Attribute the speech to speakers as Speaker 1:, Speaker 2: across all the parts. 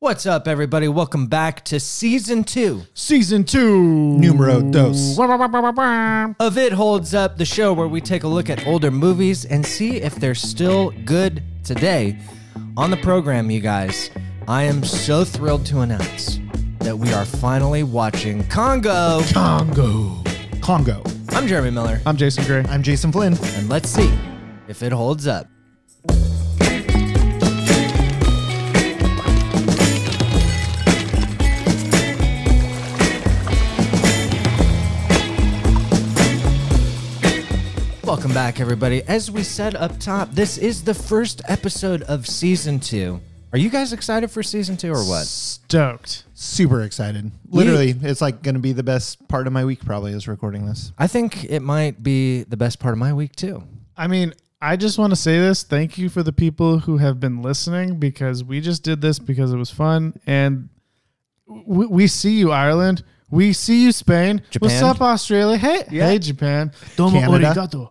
Speaker 1: What's up, everybody? Welcome back to season two
Speaker 2: Season two, numero dos.
Speaker 1: of It Holds Up, the show where we take a look at older movies and see if they're still good today. On the program, you guys, I am so thrilled to announce that we are finally watching Congo.
Speaker 2: Congo, Congo.
Speaker 1: I'm Jeremy Miller,
Speaker 2: I'm Jason Gray.
Speaker 3: I'm Jason Flynn.
Speaker 1: and let's see if it holds up. Welcome back, everybody. As we said up top, this is the first episode of season two. Are you guys excited for season two or what?
Speaker 2: Stoked.
Speaker 3: Super excited. Literally, it's like going to be the best part of my week. Probably is recording this.
Speaker 1: I think it might be the best part of my week, too.
Speaker 2: I mean, I just want to say this. Thank you for the people who have been listening because we just did this because it was fun, and we, we see you, Ireland. We see you, Spain. What's
Speaker 1: Japan.
Speaker 2: up, Australia? Hey, hey, Japan. Domo
Speaker 3: Canada.
Speaker 2: arigato.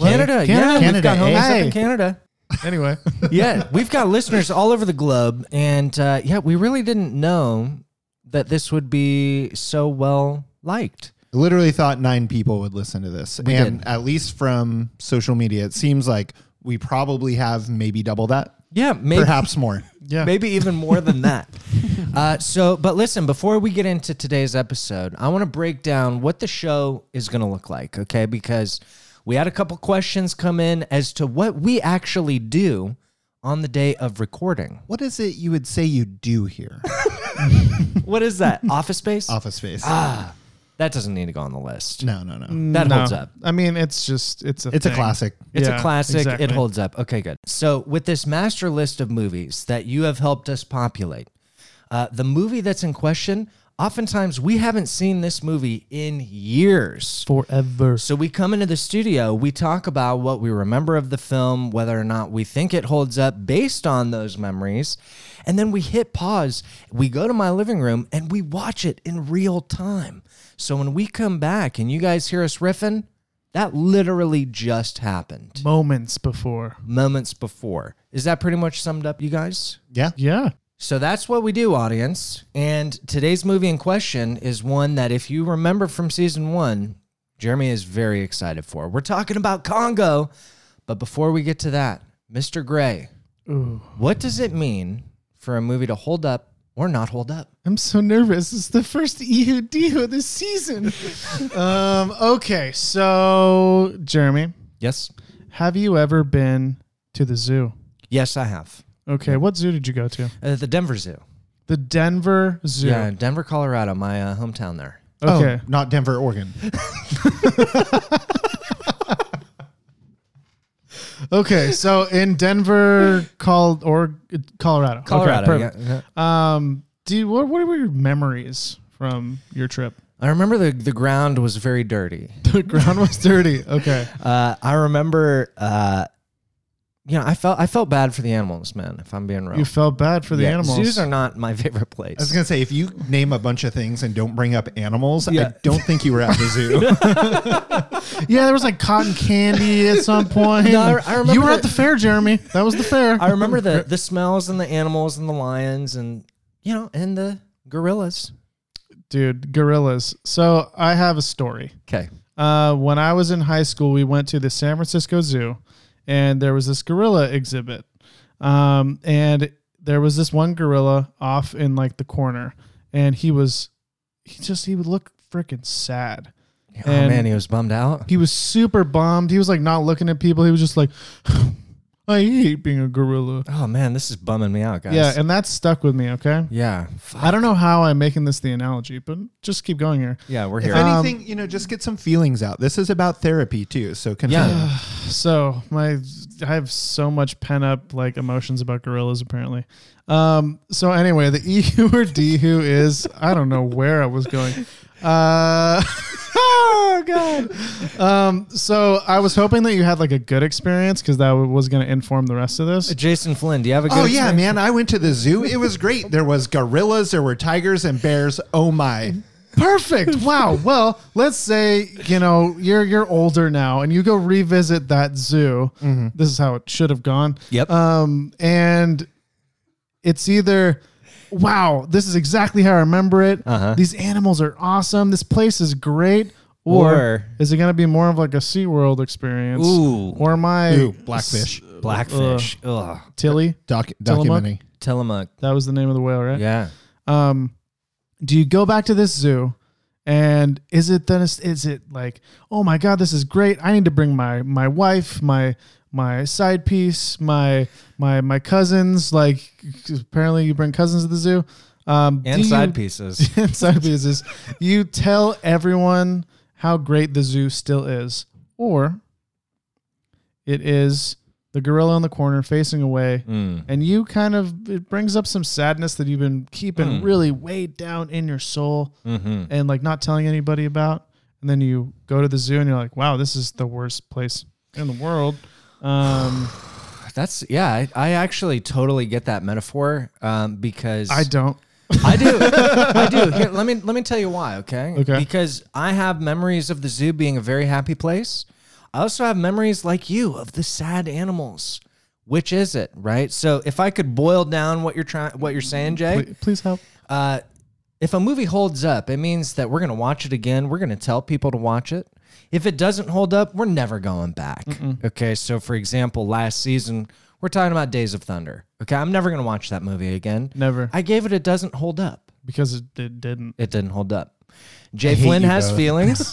Speaker 1: Canada, yeah.
Speaker 2: Canada,
Speaker 1: we've got homies up
Speaker 2: eh?
Speaker 1: in Canada.
Speaker 2: Anyway,
Speaker 1: yeah, we've got listeners all over the globe, and uh, yeah, we really didn't know that this would be so well liked.
Speaker 3: Literally thought nine people would listen to this, and at least from social media, it seems like we probably have maybe double that,
Speaker 1: Yeah, maybe
Speaker 3: perhaps more.
Speaker 2: yeah.
Speaker 1: maybe even more than that. Uh, so, but listen, before we get into today's episode, I want to break down what the show is going to look like, okay? Because we had a couple questions come in as to what we actually do on the day of recording.
Speaker 3: What is it you would say you do here?
Speaker 1: What is that? Office space?
Speaker 3: Office Space.
Speaker 2: Ah.
Speaker 1: that doesn't need to go on the list.
Speaker 3: Oh. no, no, no.
Speaker 1: That
Speaker 2: No.
Speaker 1: holds up.
Speaker 2: I mean, it's just it's a
Speaker 3: It's a
Speaker 2: thing.
Speaker 3: classic.
Speaker 1: It's a
Speaker 2: Yeah,
Speaker 1: classic.
Speaker 2: exactly.
Speaker 1: It holds up. Okay, good. So, with this master list of movies that you have helped us populate, uh, the movie that's in question, oftentimes we haven't seen this movie in years.
Speaker 2: forever.
Speaker 1: So, we come into the studio, we talk about what we remember of the film, whether or not we think it holds up based on those memories. And then we hit pause, we go to my living room, and we watch it in real time. So, when we come back and you guys hear us riffing, that literally just happened
Speaker 2: Moments before.
Speaker 1: moments before. Is that pretty much summed up, you guys?
Speaker 3: Yeah.
Speaker 2: Yeah.
Speaker 1: So that's what we do, audience. And today's movie in question is one that, if you remember from season one, Jeremy is very excited for. We're talking about Congo. But before we get to that, Mr. Gray,
Speaker 2: Ooh.
Speaker 1: what does it mean for a movie to hold up or not hold up?
Speaker 2: I'm so nervous. It's the first E EUD of the season. um, okay, so Jeremy,
Speaker 1: Yes.
Speaker 2: have you ever been to the zoo?
Speaker 1: Yes, I have.
Speaker 2: Okay, what zoo did you go to?
Speaker 1: Uh, the Denver Zoo.
Speaker 2: The Denver Zoo.
Speaker 1: Yeah, Denver, Colorado, my uh, hometown there.
Speaker 2: Okay.
Speaker 3: Oh, not Denver, Oregon.
Speaker 1: Oh.
Speaker 2: Okay, so in Denver, called or Colorado. Okay,
Speaker 1: Colorado.
Speaker 2: perfect.
Speaker 1: yeah, yeah.
Speaker 2: Um, do what, what were your memories from your trip?
Speaker 1: I remember the, the ground was very dirty.
Speaker 2: The ground was dirty. Okay.
Speaker 1: Uh, I remember, uh, you know, I felt I felt bad for the animals, man. If I'm being real,
Speaker 2: You felt bad for the
Speaker 1: Oh. Yeah,
Speaker 2: animals.
Speaker 1: Zoos are not my favorite
Speaker 3: I was
Speaker 1: place.
Speaker 3: gonna say if you name a bunch of things and don't bring up animals,
Speaker 1: Yeah.
Speaker 3: I don't think you were at the zoo.
Speaker 2: Yeah, there was like cotton candy at some point.
Speaker 1: No, I- I remember
Speaker 2: you were
Speaker 1: that-
Speaker 2: at the fair, Jeremy. That was the fair.
Speaker 1: I remember the the smells and the animals and the lions and you know and the gorillas.
Speaker 2: dude, gorillas. So I have a story.
Speaker 1: Okay,
Speaker 2: Uh, when I was in high school, we went to the San Francisco Zoo, and there was this gorilla exhibit. Um, and there was this one gorilla off in like the corner, and he was, he just he would look freaking sad.
Speaker 1: oh
Speaker 2: And-
Speaker 1: man, he was bummed out.
Speaker 2: He was super bummed. He was like not looking at people. He was just like, I hate being a gorilla.
Speaker 1: Oh man, this is bumming me out, guys.
Speaker 2: Yeah, and that stuck with me. Okay.
Speaker 1: yeah,
Speaker 2: I don't know how I'm making this the analogy, but just keep going here.
Speaker 1: yeah. We're
Speaker 3: If
Speaker 1: here.
Speaker 2: Um,
Speaker 3: anything, you know, just get some feelings out. This is about therapy too. So continue.
Speaker 1: Yeah.
Speaker 2: So my, I have so much pent up like emotions about gorillas apparently. Um. So anyway, the EU or DHU is I don't know where I was going. Uh. oh god. Um. So I was hoping that you had like a good experience because that was going to inform the rest of this.
Speaker 1: uh, Jason Flynn, do you have a good?
Speaker 3: Oh yeah,
Speaker 1: experience?
Speaker 3: man! I went to the zoo. It was great. There was gorillas. There were tigers and bears. Oh my!
Speaker 2: Perfect. Wow. Well, let's say, you know, you're you're older now and you go revisit that zoo. This is how it should have gone.
Speaker 1: Yep.
Speaker 2: Um and Um, it's either wow, this is exactly how I remember it.
Speaker 1: Uh-huh.
Speaker 2: These animals are awesome. This place is great. Or,
Speaker 1: Or-
Speaker 2: is it going to be more of like a SeaWorld experience?
Speaker 1: Ooh.
Speaker 2: Or my
Speaker 3: Ooh, Blackfish
Speaker 1: Blackfish. Ugh.
Speaker 2: Tilly.
Speaker 3: doc,
Speaker 2: Tillamook?
Speaker 3: documentary.
Speaker 1: Tillamook.
Speaker 2: That was the name of the whale, right?
Speaker 1: Yeah.
Speaker 2: um, do you go back to this zoo and is it then is it like oh my god this is great i need to bring my my wife my my side piece my my my cousins like 'cause apparently you bring cousins to the zoo um
Speaker 1: And
Speaker 2: do
Speaker 1: side
Speaker 2: you,
Speaker 1: pieces.
Speaker 2: and side pieces you tell everyone how great the zoo still is or it is the gorilla in the corner facing away
Speaker 1: Mm.
Speaker 2: and you kind of it brings up some sadness that you've been keeping
Speaker 1: Mm.
Speaker 2: really way down in your soul
Speaker 1: hmm
Speaker 2: and like not telling anybody about and then you go to the zoo and you're like wow this is the worst place in the world um
Speaker 1: That's yeah. I, I actually totally get that metaphor um, because
Speaker 2: i don't
Speaker 1: I do. I do. Here, let me let me tell you why, okay?
Speaker 2: Okay.
Speaker 1: Because I have memories of the zoo being a very happy place. I also have memories like you of the sad animals. Which is it, right? So if I could boil down what you're trying what you're saying, Jay,
Speaker 2: Pl- please help
Speaker 1: uh, if a movie holds up, it means that we're going to watch it again. We're going to tell people to watch it. If it doesn't hold up, we're never going back. Okay. So, for example, last season, we're talking about Days of Thunder. Okay. I'm never going to watch that movie again.
Speaker 2: Never.
Speaker 1: I gave it it doesn't hold up.
Speaker 2: because it, it didn't
Speaker 1: It didn't hold up. Jay
Speaker 3: hate
Speaker 1: Flynn
Speaker 3: you
Speaker 1: has
Speaker 3: both.
Speaker 1: feelings.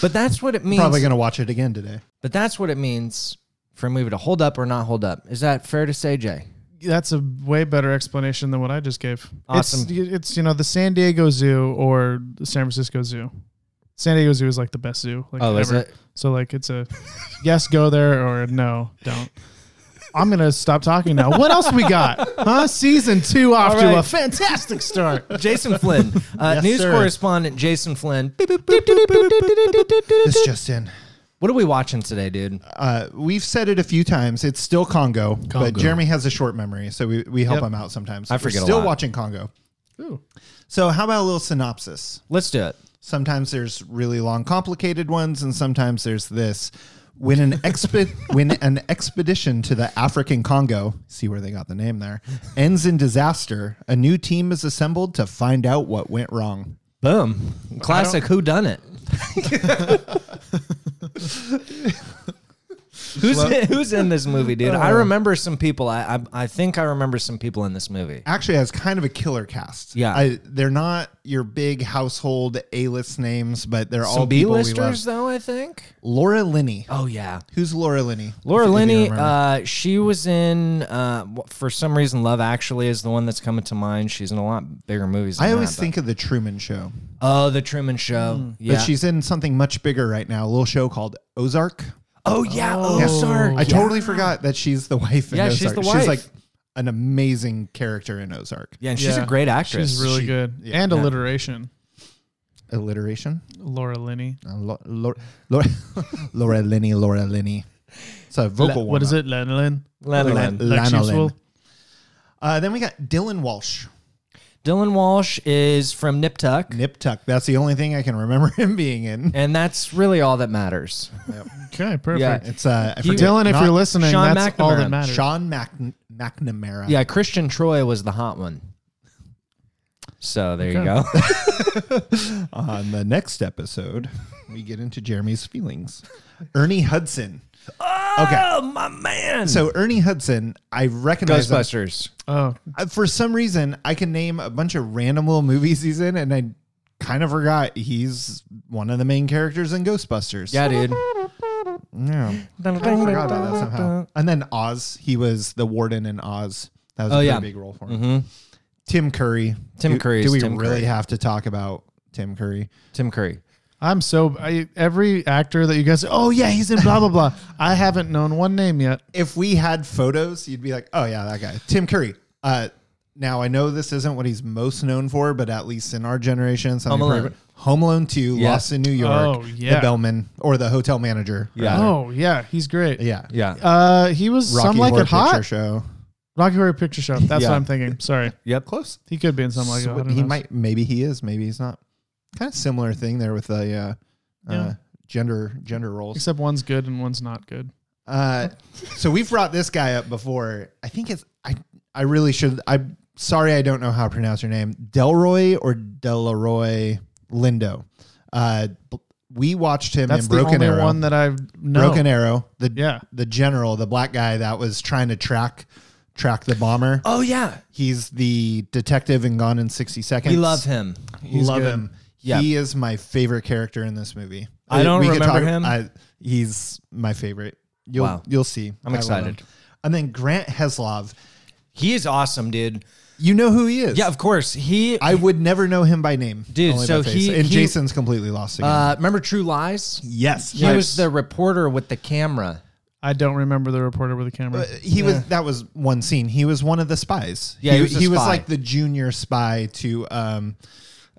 Speaker 1: but that's what it means.
Speaker 3: Probably gonna watch it again today.
Speaker 1: but that's what it means for a movie to hold up or not hold up. Is that fair to say, Jay?
Speaker 2: that's a way better explanation than what i just gave
Speaker 1: Awesome.
Speaker 2: it's, y- it's you know the san diego zoo or the san francisco zoo san diego zoo is like the best zoo like
Speaker 1: Oh,
Speaker 2: ever.
Speaker 1: is it?
Speaker 2: So like it's a yes, go there or no, don't. I'm gonna stop talking now. What else we got? Huh? Season two off
Speaker 1: All
Speaker 2: to a
Speaker 1: right.
Speaker 2: fantastic start.
Speaker 1: Jason Flynn, uh,
Speaker 3: Yes,
Speaker 1: news
Speaker 3: sir.
Speaker 1: correspondent Jason Flynn. Beep, boop, boop, doop, boop, doop, doop, doop, doop, doop,
Speaker 3: This
Speaker 1: doop.
Speaker 3: just in.
Speaker 1: What are we watching today, dude?
Speaker 3: Uh, we've said it a few times. It's still Congo, but
Speaker 1: Congo.
Speaker 3: Jeremy has a short memory, so we, we help
Speaker 2: Yep.
Speaker 3: him out sometimes.
Speaker 1: I
Speaker 3: We're
Speaker 1: forget a
Speaker 3: still
Speaker 1: lot.
Speaker 3: watching Congo.
Speaker 2: Ooh.
Speaker 3: So how about a little synopsis?
Speaker 1: Let's do it.
Speaker 3: Sometimes there's really long, complicated ones, and sometimes there's this. When an expe- when an expedition to the African Congo, see where they got the name there, ends in disaster, a new team is assembled to find out what went wrong.
Speaker 1: Boom. Classic Who Done It. who's in, who's in this movie, dude? I
Speaker 3: Uh,
Speaker 1: remember some people. I, I I think I remember some people in this movie.
Speaker 3: Actually, has kind of a killer cast.
Speaker 1: Yeah.
Speaker 3: I, they're not your big household A-list names, but they're all
Speaker 1: Some
Speaker 3: people we
Speaker 1: B-listers,
Speaker 3: love.
Speaker 1: though. I think.
Speaker 3: Laura Linney.
Speaker 1: Oh yeah.
Speaker 3: Who's Laura Linney?
Speaker 1: Laura
Speaker 3: If you
Speaker 1: Linney,
Speaker 3: remember.
Speaker 1: uh, she was in, uh, wh- for some reason, Love Actually is the one that's coming to mind. She's in a lot bigger movies. Than
Speaker 3: I always
Speaker 1: that, but-
Speaker 3: think of the Truman Show,
Speaker 1: Oh, the Truman Show. Yeah.
Speaker 3: but she's in something much bigger right now. A little show called Ozark.
Speaker 1: oh yeah. Oh,
Speaker 3: Yeah.
Speaker 1: sorry.
Speaker 3: I totally forgot that she's the wife in
Speaker 1: Yeah,
Speaker 3: Ozark.
Speaker 1: she's the
Speaker 3: She's
Speaker 1: wife.
Speaker 3: like an amazing character in Ozark.
Speaker 1: Yeah, and she's
Speaker 2: Yeah.
Speaker 1: a great actress.
Speaker 2: She's really
Speaker 3: She-
Speaker 2: good.
Speaker 3: yeah.
Speaker 2: and
Speaker 1: Yeah.
Speaker 2: alliteration.
Speaker 3: Alliteration.
Speaker 2: Laura Linney.
Speaker 3: Uh, Lo- Lo- Laura, Laura Linney, Laura Linney. It's a vocal
Speaker 2: La- what is
Speaker 3: warm-up.
Speaker 2: it? Lanolin?
Speaker 1: Lana
Speaker 3: Lan-
Speaker 1: Lynn.
Speaker 3: Lanolin.
Speaker 2: Lanolin.
Speaker 3: Uh, then we got Dylan Walsh.
Speaker 1: Dylan Walsh is from Nip Tuck,
Speaker 3: Nip Tuck. That's the only thing I can remember him being in.
Speaker 1: and that's really all that matters.
Speaker 2: Okay, perfect.
Speaker 1: Yeah.
Speaker 3: It's uh, I
Speaker 1: You-
Speaker 3: forget-
Speaker 2: Dylan, if
Speaker 3: not
Speaker 2: you're listening,
Speaker 1: Sean
Speaker 2: that's all
Speaker 1: McNamara.
Speaker 2: that matters.
Speaker 3: Sean Mac- McNamara.
Speaker 1: Yeah, Christian Troy was the hot one. So there you go.
Speaker 3: On the next episode, we get into Jeremy's feelings. Ernie Hudson.
Speaker 1: oh, my man.
Speaker 3: So Ernie Hudson, I recognize him.
Speaker 1: Ghostbusters.
Speaker 2: Oh,
Speaker 3: Uh, For some reason, I can name a bunch of random little movies he's in, and I kind of forgot he's one of the main characters in Ghostbusters.
Speaker 1: Yeah, dude.
Speaker 3: Yeah. I forgot about that somehow. And then Oz, he was the warden in Oz. That was
Speaker 1: Oh,
Speaker 3: a pretty
Speaker 1: yeah. Mm-hmm.
Speaker 3: big role for him. Tim Curry.
Speaker 1: Tim
Speaker 3: Do-
Speaker 1: Curry is
Speaker 3: Do we
Speaker 1: Tim
Speaker 3: really
Speaker 1: Curry.
Speaker 3: have to talk about Tim Curry?
Speaker 1: Tim Curry.
Speaker 2: I'm so I, every actor that you guys. Oh yeah, he's in blah blah blah. I haven't known one name yet.
Speaker 3: if we had photos, you'd be like, oh yeah, that guy, Tim Curry. Uh, now I know this isn't what he's most known for, but at least in our generation, something
Speaker 1: Home
Speaker 3: pretty-
Speaker 1: Alone.
Speaker 3: Home Alone Two,
Speaker 1: Yeah.
Speaker 3: Lost in New York,
Speaker 2: Oh, yeah.
Speaker 3: the bellman or the hotel manager.
Speaker 1: Yeah.
Speaker 3: rather.
Speaker 2: Oh yeah, he's great.
Speaker 3: yeah,
Speaker 1: Yeah.
Speaker 2: Uh, he was some like
Speaker 3: Horror
Speaker 2: it hot.
Speaker 3: Picture Show.
Speaker 2: Rocky Horror Picture Show. That's
Speaker 1: Yeah.
Speaker 2: what I'm thinking. Sorry,
Speaker 1: yep.
Speaker 3: Close.
Speaker 2: he could be in something like
Speaker 3: So
Speaker 2: that. I don't
Speaker 3: he
Speaker 2: know.
Speaker 3: might, maybe he is, maybe he's not. Kind of similar thing there with the uh,
Speaker 2: Yeah.
Speaker 3: uh, gender gender roles.
Speaker 2: except one's good and one's not good.
Speaker 3: Uh, so we've brought this guy up before. I think it's I. I really should. I sorry, I don't know how to pronounce your name, Delroy or Delaroy Lindo. Uh, b- we watched him
Speaker 2: That's
Speaker 3: in
Speaker 2: the
Speaker 3: Broken
Speaker 2: only
Speaker 3: Arrow.
Speaker 2: one that I've known.
Speaker 3: Broken Arrow, the
Speaker 2: Yeah.
Speaker 3: the general, the black guy that was trying to track track the bomber.
Speaker 1: Oh yeah,
Speaker 3: He's the detective in Gone in 60 Seconds.
Speaker 1: we love him.
Speaker 3: love
Speaker 2: good.
Speaker 3: him.
Speaker 1: Yeah.
Speaker 3: He is my favorite character in this movie.
Speaker 1: I don't
Speaker 3: could
Speaker 1: remember him.
Speaker 3: I, he's my favorite. You'll
Speaker 1: Wow.
Speaker 3: you'll see.
Speaker 1: I'm
Speaker 3: I love
Speaker 1: excited.
Speaker 3: him. And then Grant Heslov.
Speaker 1: He is awesome, dude.
Speaker 3: You know who he is.
Speaker 1: Yeah, of course. He
Speaker 3: I would never know him by name.
Speaker 1: Dude,
Speaker 3: only
Speaker 1: so
Speaker 3: by face.
Speaker 1: he-
Speaker 3: and
Speaker 1: he-
Speaker 3: Jason's completely lost again.
Speaker 1: uh, remember True Lies.
Speaker 3: yes.
Speaker 1: He was the reporter with the camera.
Speaker 2: I don't remember the reporter with the camera.
Speaker 3: he was that was one scene. He was one of the spies.
Speaker 1: Yeah,
Speaker 3: he,
Speaker 1: he was a spy.
Speaker 3: like the junior spy to um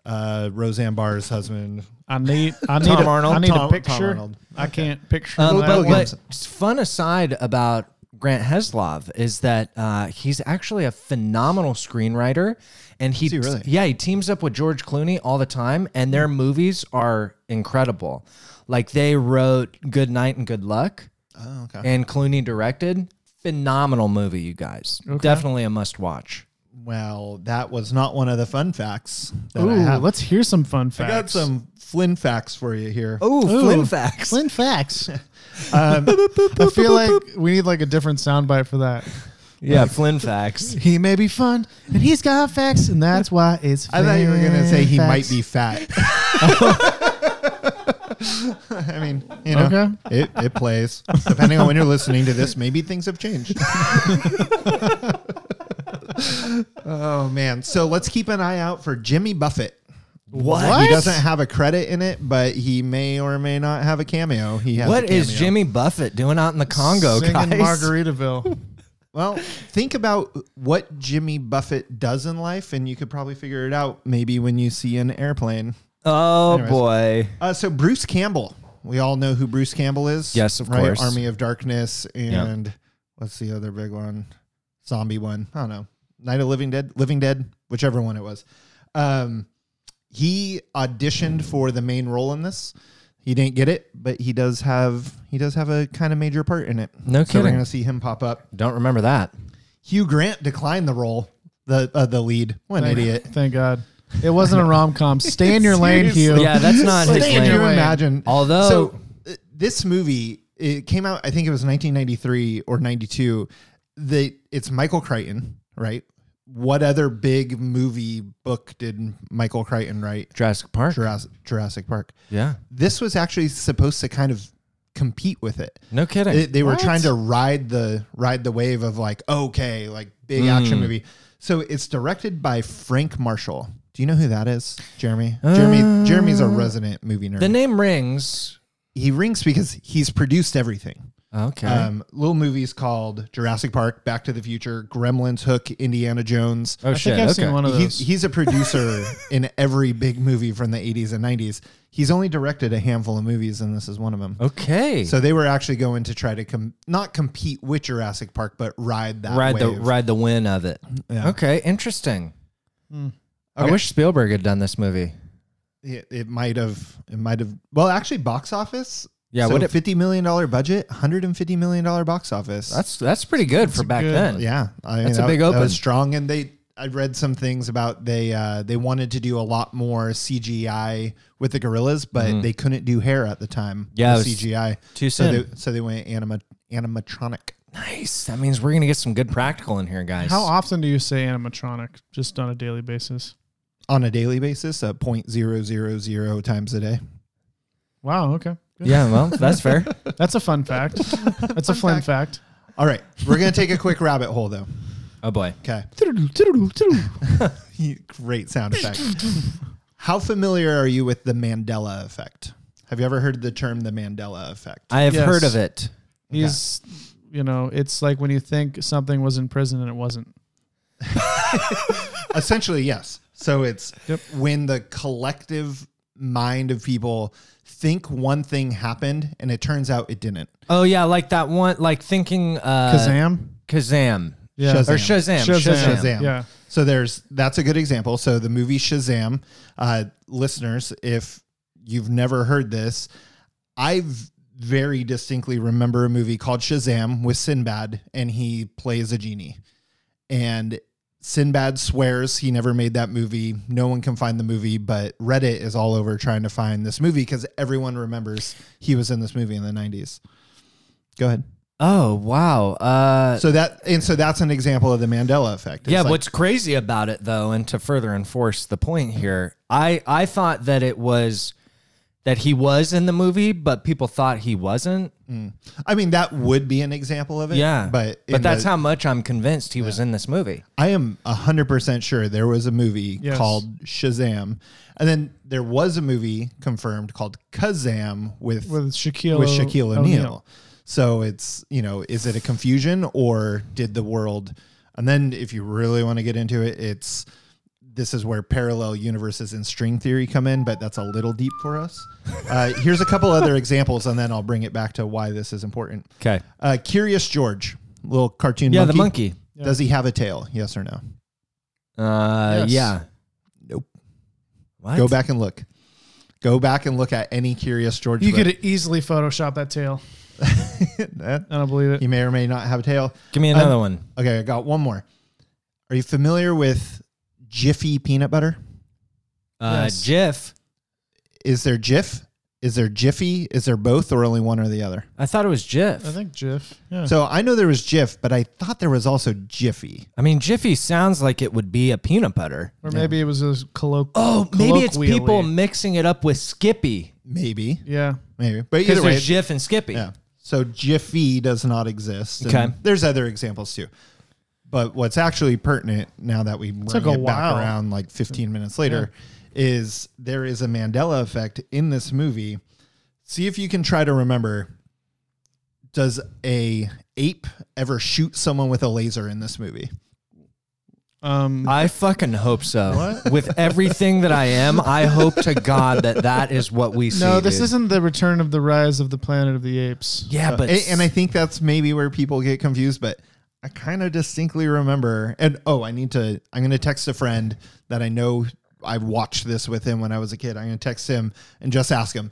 Speaker 3: uh Roseanne Barr's husband.
Speaker 2: I need I need
Speaker 1: Tom
Speaker 2: a,
Speaker 1: Arnold?
Speaker 2: I need
Speaker 3: Tom-
Speaker 2: a
Speaker 3: Tom
Speaker 2: picture.
Speaker 3: Arnold. Uh,
Speaker 2: I can't picture
Speaker 1: Um,
Speaker 2: that
Speaker 1: but
Speaker 2: one.
Speaker 1: what fun aside about Grant Heslov is that uh, he's actually a phenomenal screenwriter, and he, Hmm.
Speaker 3: he really?
Speaker 1: yeah he teams up with George Clooney all the time, and their movies are incredible. Like they wrote Good Night and Good Luck,
Speaker 3: Oh, okay.
Speaker 1: and Clooney directed. Phenomenal movie, you guys. Definitely a must watch.
Speaker 3: Well, that was not one of the fun facts that I
Speaker 2: Ooh,
Speaker 3: have.
Speaker 2: let's hear some fun
Speaker 3: I
Speaker 2: facts.
Speaker 3: got some Flynn facts for you here.
Speaker 1: Oh,
Speaker 2: Ooh,
Speaker 1: Flynn facts.
Speaker 2: Flynn facts. um, I feel like we need like a different soundbite for that.
Speaker 1: Yeah, Flynn facts.
Speaker 2: He may be fun, and he's got facts, and that's why it's.
Speaker 3: I thought you were gonna say he
Speaker 2: Flynn
Speaker 3: might be
Speaker 2: facts.
Speaker 3: fat. I mean, you know,
Speaker 2: Okay.
Speaker 3: it, it plays. Depending on when you're listening to this, maybe things have changed. oh man. So let's keep an eye out for Jimmy Buffett.
Speaker 1: What?
Speaker 3: He doesn't have a credit in it, but he may or may not have a cameo. He has
Speaker 1: What
Speaker 3: a
Speaker 1: is
Speaker 3: cameo.
Speaker 1: Jimmy Buffett doing out in the Congo,
Speaker 2: singing
Speaker 1: guys?
Speaker 2: Margaritaville.
Speaker 3: Well, think about what Jimmy Buffett does in life, and you could probably figure it out maybe when you see an airplane.
Speaker 1: Oh
Speaker 3: Anyways.
Speaker 1: boy.
Speaker 3: Uh, so Bruce Campbell, we all know who Bruce Campbell is.
Speaker 1: Yes, of
Speaker 3: right?
Speaker 1: course.
Speaker 3: Army of Darkness, and what's the other big one? Zombie one. I don't know. Night of Living Dead, Living Dead, whichever one it was. Um, he auditioned for the main role in this. He didn't get it, but he does have he does have a kind of major part in it.
Speaker 1: No
Speaker 3: So we're
Speaker 1: kidding.
Speaker 3: gonna see him pop up.
Speaker 1: Don't remember that.
Speaker 3: Hugh Grant declined the role, the uh, the lead. What an
Speaker 2: Thank-
Speaker 3: idiot!
Speaker 2: Thank God. It wasn't a rom com. Stay in your lane, Hugh.
Speaker 1: Yeah, Uh, that's not his
Speaker 3: Stay in
Speaker 1: lane.
Speaker 3: your imagine.
Speaker 1: Although-
Speaker 3: so uh, this movie it came out, I think it was 1993 or 92. The it's Michael Crichton, right? What other big movie book did Michael Crichton write?
Speaker 1: Jurassic Park.
Speaker 3: Jurassic, Jurassic Park.
Speaker 1: Yeah.
Speaker 3: This was actually supposed to kind of compete with it.
Speaker 1: No kidding.
Speaker 3: They, they were
Speaker 2: What?
Speaker 3: trying to ride the ride the wave of like okay, like big
Speaker 2: Hmm.
Speaker 3: action movie. So it's directed by Frank Marshall. Do you know who that is, Jeremy?
Speaker 2: Uh,
Speaker 3: Jeremy Jeremy's a resident movie nerd
Speaker 1: the name rings.
Speaker 3: he rings because he's produced everything.
Speaker 1: Okay.
Speaker 3: Um, little movies called Jurassic Park, Back to the Future, Gremlins, Hook, Indiana Jones.
Speaker 1: oh
Speaker 2: I
Speaker 1: shit.
Speaker 2: think I've
Speaker 1: okay.
Speaker 2: seen one of
Speaker 3: He's,
Speaker 2: those.
Speaker 3: he's a producer in every big movie from the 80s and 90s. He's only directed a handful of movies, and this is one of them.
Speaker 1: okay.
Speaker 3: So they were actually going to try to com- not compete with Jurassic Park, but ride that
Speaker 1: ride the
Speaker 3: wave.
Speaker 1: ride the win of it.
Speaker 3: Yeah.
Speaker 1: Okay. Interesting. I
Speaker 3: Okay.
Speaker 1: wish Spielberg had done this movie.
Speaker 3: It, it might have. It might have. Well, actually, box office.
Speaker 1: Yeah,
Speaker 3: So
Speaker 1: what it-
Speaker 3: fifty million dollar budget, hundred and fifty million dollar box office.
Speaker 1: That's that's pretty good for back
Speaker 2: good-
Speaker 1: then.
Speaker 3: Yeah, I mean,
Speaker 1: That's a
Speaker 3: that-
Speaker 1: big
Speaker 3: That
Speaker 1: open.
Speaker 3: was strong, and they. I read some things about they uh, they wanted to do a lot more CGI with the gorillas, but they couldn't do hair at the time.
Speaker 1: Mm-hmm. Yeah,
Speaker 3: with
Speaker 1: it was
Speaker 3: CGI.
Speaker 1: too
Speaker 3: so
Speaker 1: soon.
Speaker 3: they, so they went anima, animatronic.
Speaker 1: Nice. That means we're gonna get some good practical in here, guys.
Speaker 2: How often do you say animatronic just on a daily basis?
Speaker 3: On a daily basis, a point zero zero zero times a day.
Speaker 2: Wow. Okay. Good.
Speaker 1: yeah, well, that's fair.
Speaker 2: That's a fun fact. That's a Flynn fact.
Speaker 3: All right, we're gonna take a quick rabbit hole though.
Speaker 1: Oh boy.
Speaker 3: Okay, great sound effect. How familiar are you with the Mandela effect? Have you ever heard the term the Mandela effect?
Speaker 1: I have
Speaker 2: Yes.
Speaker 1: heard of it.
Speaker 2: He's, you know, it's like when you think something was in prison and it wasn't.
Speaker 3: Essentially, yes. So it's
Speaker 2: Yep.
Speaker 3: when the collective mind of people think one thing happened and it turns out it didn't.
Speaker 1: Oh yeah, like that one like thinking uh
Speaker 2: Kazam?
Speaker 1: Kazam.
Speaker 2: Yeah.
Speaker 3: Shazam.
Speaker 1: Or Shazam.
Speaker 2: Shazam.
Speaker 1: Shazam.
Speaker 3: Shazam.
Speaker 2: Yeah.
Speaker 3: So there's that's a good example. So the movie Shazam, uh, listeners, if you've never heard this, I very distinctly remember a movie called Shazam with Sinbad, and he plays a genie. And Sinbad swears he never made that movie. No one can find the movie, but Reddit is all over trying to find this movie because everyone remembers he was in this movie in the 90s. Go ahead.
Speaker 1: Oh wow. Uh,
Speaker 3: So that and so that's an example of the Mandela effect. It's
Speaker 1: yeah.
Speaker 3: like-
Speaker 1: what's crazy about it though, and to further enforce the point here, I I thought that it was that he was in the movie, but people thought he wasn't.
Speaker 3: I mean that would be an example of it.
Speaker 1: Yeah.
Speaker 3: but in
Speaker 1: but that's
Speaker 3: the-
Speaker 1: how much I'm convinced he was in this movie.
Speaker 3: I am hundred percent sure there was a movie
Speaker 2: Yes.
Speaker 3: called Shazam, and then there was a movie confirmed called Kazam with
Speaker 2: with Shaquille
Speaker 3: with Shaquille O'Neal. So it's you know, is it a confusion or did the world? And then if you really want to get into it, it's this is where parallel universes and string theory come in, but that's a little deep for us. Uh, here's a couple other examples, and then I'll bring it back to why this is important.
Speaker 1: Okay.
Speaker 3: Uh, Curious George, little cartoon.
Speaker 1: Yeah,
Speaker 3: monkey.
Speaker 1: the monkey.
Speaker 3: Does he have a tail? Yes or no?
Speaker 1: Uh,
Speaker 2: Yes.
Speaker 1: Yeah.
Speaker 3: Nope.
Speaker 1: What?
Speaker 3: Go back and look. Go back and look at any Curious George.
Speaker 2: You
Speaker 3: book.
Speaker 2: could easily Photoshop that tail.
Speaker 3: That-
Speaker 2: I don't believe it.
Speaker 3: he may or may not have a tail.
Speaker 1: Give me
Speaker 3: Um,
Speaker 1: another one.
Speaker 3: Okay, I got one more. Are you familiar with Jiffy peanut butter?
Speaker 1: Uh,
Speaker 2: Yes.
Speaker 1: Jif.
Speaker 3: Is there Jif? Is there Jiffy? Is there both or only one or the other?
Speaker 1: I thought it was Jif.
Speaker 2: I think Jif. Yeah.
Speaker 3: So I know there was Jif, but I thought there was also Jiffy.
Speaker 1: I mean, Jiffy sounds like it would be a peanut butter.
Speaker 2: or maybe it was a colloquial.
Speaker 1: Oh, maybe it's people mixing it up with Skippy
Speaker 3: Maybe,
Speaker 2: Yeah.
Speaker 3: maybe. But
Speaker 1: because
Speaker 3: either way,
Speaker 1: there's Jif and Skippy.
Speaker 3: yeah. So Jiffy does not exist. and
Speaker 1: Okay.
Speaker 3: There's other examples too. But what's actually pertinent now that we bring
Speaker 2: took a
Speaker 3: it back
Speaker 2: while.
Speaker 3: around like 15 minutes later is there is a Mandela effect in this movie. See if you can try to remember does a ape ever shoot someone with a laser in this movie?
Speaker 2: Um,
Speaker 1: I fucking hope so. With everything that I am, I hope to God that that is what we see.
Speaker 2: no, this
Speaker 1: dude.
Speaker 2: isn't the return of the rise of the Planet of the Apes.
Speaker 1: Yeah, but
Speaker 3: Uh, and, and I think that's maybe where people get confused, but I kind of distinctly remember. And oh, I need to, I'm going to text a friend that I know I watched this with him when I was a kid. I'm going to text him and just ask him,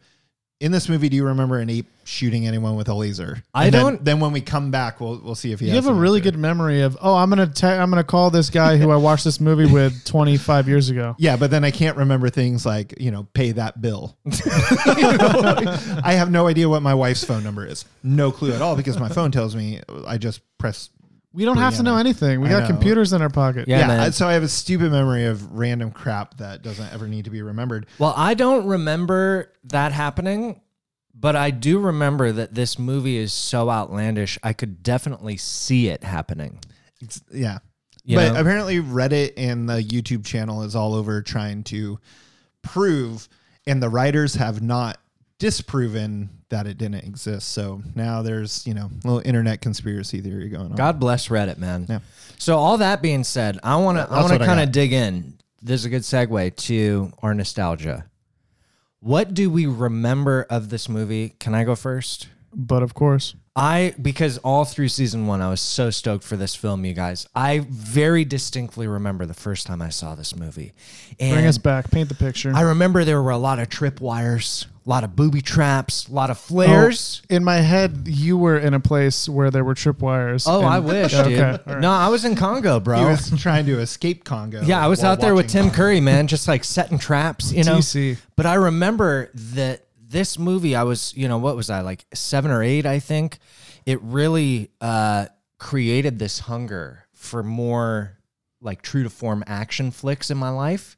Speaker 3: in this movie, do you remember an ape shooting anyone with a laser?
Speaker 1: I
Speaker 3: And then-
Speaker 1: don't-
Speaker 3: Then when we come back, we'll we'll see if he.
Speaker 2: You
Speaker 3: has
Speaker 2: have a
Speaker 3: an
Speaker 2: really
Speaker 3: answer.
Speaker 2: good memory of oh I'm gonna te- I'm gonna call this guy who I watched this movie with 25 years ago.
Speaker 3: Yeah, but then I can't remember things like you know, pay that bill. You know, like, I have no idea what my wife's phone number is. No clue at all because my phone tells me I just press
Speaker 2: We don't have to know
Speaker 3: Brianna.
Speaker 2: anything. We
Speaker 3: I
Speaker 2: got
Speaker 3: know.
Speaker 2: computers in our pocket.
Speaker 1: Yeah.
Speaker 3: Yeah,
Speaker 1: man.
Speaker 3: I- so I have a stupid memory of random crap that doesn't ever need to be remembered.
Speaker 1: Well, I don't remember that happening, but I do remember that this movie is so outlandish. I could definitely see it happening.
Speaker 3: It's, yeah.
Speaker 1: You
Speaker 3: but
Speaker 1: know?
Speaker 3: apparently Reddit and the YouTube channel is all over trying to prove and the writers have not disproven that it didn't exist. So now there's, you know, a little internet conspiracy theory going on.
Speaker 1: God bless Reddit, man.
Speaker 3: Yeah.
Speaker 1: So all that being said, I want to I
Speaker 3: That's
Speaker 1: want
Speaker 3: what
Speaker 1: to
Speaker 3: I
Speaker 1: kind of
Speaker 3: got.
Speaker 1: dig in. This is a good segue to our nostalgia. What do we remember of this movie? Can I go first?
Speaker 2: But of course,
Speaker 1: I because all through season 1 I was so stoked for this film, you guys. I very distinctly remember the first time I saw this movie. And
Speaker 2: bring us back. Paint the picture.
Speaker 1: I remember there were a lot of tripwires, a lot of booby traps, a lot of flares.
Speaker 2: in my head, you were in a place where there were tripwires.
Speaker 1: Oh,
Speaker 2: and-
Speaker 1: I wish,
Speaker 2: Okay,
Speaker 1: dude.
Speaker 2: all right.
Speaker 1: No, I was in Congo, bro.
Speaker 3: He was trying to escape Congo.
Speaker 1: Yeah, I was
Speaker 3: while
Speaker 1: out there with
Speaker 3: watching
Speaker 1: Tim Curry, man, just like setting traps, you know.
Speaker 2: DC.
Speaker 1: But I remember that this movie, I was, you know, what was I like seven or eight? I think it really uh, created this hunger for more like true to form action flicks in my life,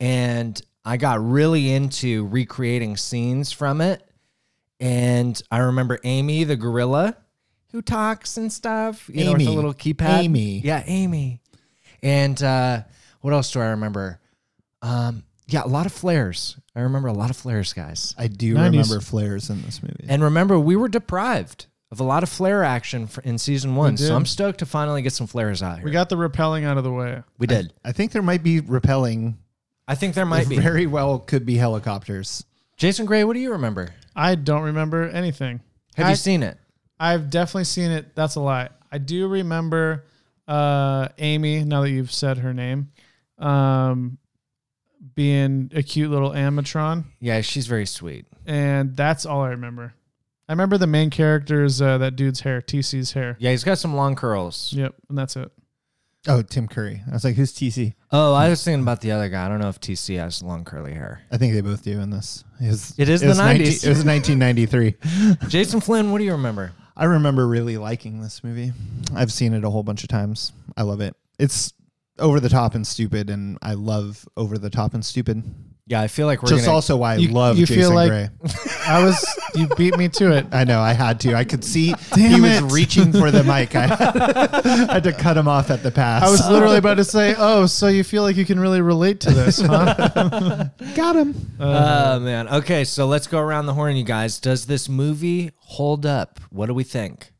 Speaker 1: and I got really into recreating scenes from it. And I remember Amy the gorilla who talks and stuff, you know, with a
Speaker 3: Amy.
Speaker 1: little keypad.
Speaker 3: Amy.
Speaker 1: yeah, Amy. And uh, what else do I remember? Um, yeah, a lot of flares. I remember a lot of flares, guys.
Speaker 3: I do
Speaker 2: 90s.
Speaker 3: remember flares in this movie.
Speaker 1: And remember, we were deprived of a lot of flare action for, in season one. So
Speaker 2: did.
Speaker 1: I'm stoked to finally get some flares out here.
Speaker 2: we
Speaker 1: We,
Speaker 2: got the rappelling out of the way.
Speaker 1: did.
Speaker 3: I think there might be rappelling.
Speaker 1: I think there might be.
Speaker 3: Very well could be helicopters.
Speaker 1: Jason Gray, what do you remember?
Speaker 2: I don't remember anything.
Speaker 1: Have
Speaker 2: I,
Speaker 1: you seen it?
Speaker 2: I've definitely seen it. That's a lie. I do remember uh, Amy. Now that you've said her name, um, being a cute little animatron,
Speaker 1: Yeah, she's very sweet.
Speaker 2: and that's all I remember. I remember the main character's uh, that dude's hair, TC's hair.
Speaker 1: Yeah, he's got some long curls.
Speaker 2: Yep, and that's it.
Speaker 3: Oh, Tim Curry. I was like, who's TC?
Speaker 1: Oh, I was thinking about the other guy. I don't know if TC has long curly hair.
Speaker 3: I think they both do in this. It, was,
Speaker 1: It is the
Speaker 3: was
Speaker 1: 90s.
Speaker 3: It was 1993.
Speaker 1: Jason Flynn, what do you remember?
Speaker 3: I remember really liking this movie. I've seen it a whole bunch of times. I love it. It's over the top and stupid, and I love over the top and stupid.
Speaker 1: Yeah, I feel like we're
Speaker 3: Just
Speaker 1: gonna,
Speaker 3: also why I
Speaker 2: You-
Speaker 3: love
Speaker 2: you
Speaker 3: Jason
Speaker 2: feel like-
Speaker 3: Gray.
Speaker 2: I was you beat me to it.
Speaker 3: I know I had to. I could see he
Speaker 2: Damn
Speaker 3: was
Speaker 2: it.
Speaker 3: reaching for the mic. I had to cut him off at the pass.
Speaker 2: I was literally about to say, "Oh, so you feel like you can really relate to this, huh?"
Speaker 3: got him.
Speaker 1: Oh man. Okay, so let's go around the horn, you guys. Does this movie hold up? What do we think?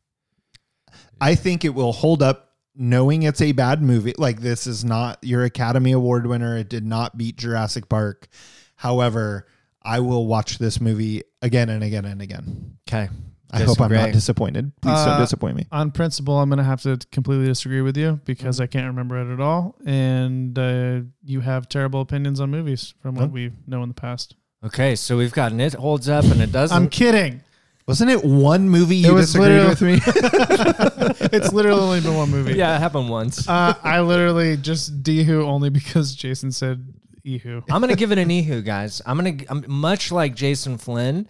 Speaker 3: I think it will hold up knowing it's a bad movie. Like this is not your Academy Award winner. It did not beat Jurassic Park. However, I will watch this movie again and again and again.
Speaker 1: Okay.
Speaker 3: I hope I'm not
Speaker 1: Disagree.
Speaker 3: disappointed. Please
Speaker 2: Uh,
Speaker 3: don't disappoint me.
Speaker 2: On principle, I'm going to have to completely disagree with you because
Speaker 1: Mm-hmm.
Speaker 2: I can't remember it at all, and uh, you have terrible opinions on movies from what we know in the past.
Speaker 1: Okay, so we've got an it holds up and it doesn't.
Speaker 2: I'm kidding.
Speaker 3: Wasn't it one movie
Speaker 2: It
Speaker 3: you
Speaker 2: was
Speaker 3: disagreed
Speaker 2: literally-
Speaker 3: with me?
Speaker 2: It's literally only been one movie.
Speaker 1: yeah, it happened once.
Speaker 2: Uh, I literally just dehu only because Jason said ehu.
Speaker 1: I'm gonna give it an ehu, guys. I'm gonna I'm, much like Jason Flynn.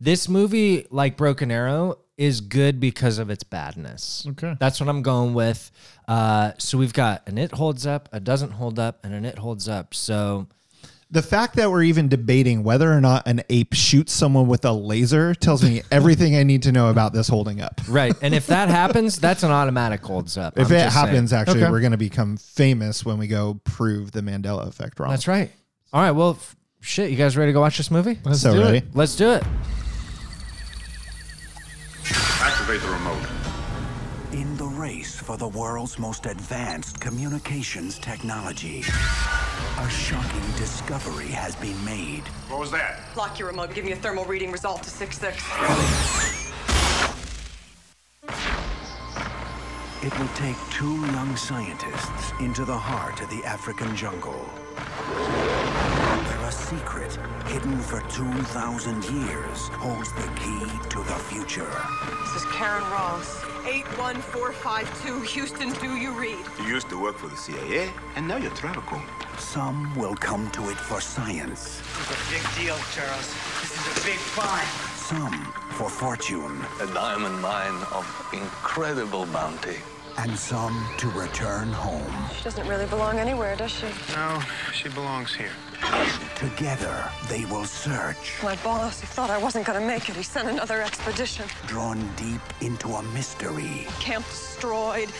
Speaker 1: This movie, like Broken Arrow, is good because of its badness.
Speaker 2: Okay.
Speaker 1: That's what I'm going with. Uh, so we've got an it holds up, a doesn't hold up, and an it holds up. So
Speaker 3: the fact that we're even debating whether or not an ape shoots someone with a laser tells me everything I need to know about this holding up.
Speaker 1: right, and if that happens, that's an automatic holds up.
Speaker 3: If
Speaker 1: I'm
Speaker 3: it
Speaker 1: just saying.
Speaker 3: happens, actually,
Speaker 2: Okay.
Speaker 3: we're going to become famous when we go prove the Mandela effect wrong.
Speaker 1: that's right. All right, well, f- shit, you guys ready to go watch this movie?
Speaker 2: Let's
Speaker 3: so
Speaker 2: do
Speaker 3: ready?
Speaker 2: it.
Speaker 1: Let's do it.
Speaker 4: Activate the remote.
Speaker 5: In the race for the world's most advanced communications technology, a shocking discovery has been made.
Speaker 4: What was that?
Speaker 6: Lock your remote. Give me a thermal reading result to 6-6.
Speaker 5: It will take two young scientists into the heart of the African jungle. Where a secret, hidden for 2,000 years, holds the key to the future.
Speaker 6: This is Karen Ross. 81452 Houston, do you read?
Speaker 7: You used to work for the CIA, and now you're travel cone.
Speaker 5: Some will come to it for
Speaker 8: This
Speaker 5: science,
Speaker 8: is a big deal, Charles. This is a big find.
Speaker 5: some for fortune,
Speaker 9: a diamond mine of incredible bounty.
Speaker 5: and some to return home.
Speaker 6: She doesn't really belong anywhere, does she?
Speaker 7: No, she belongs here.
Speaker 5: Together, they will search,
Speaker 6: My boss, he thought I wasn't gonna make it. He sent another expedition.
Speaker 5: drawn deep into a mystery.
Speaker 6: Camp destroyed,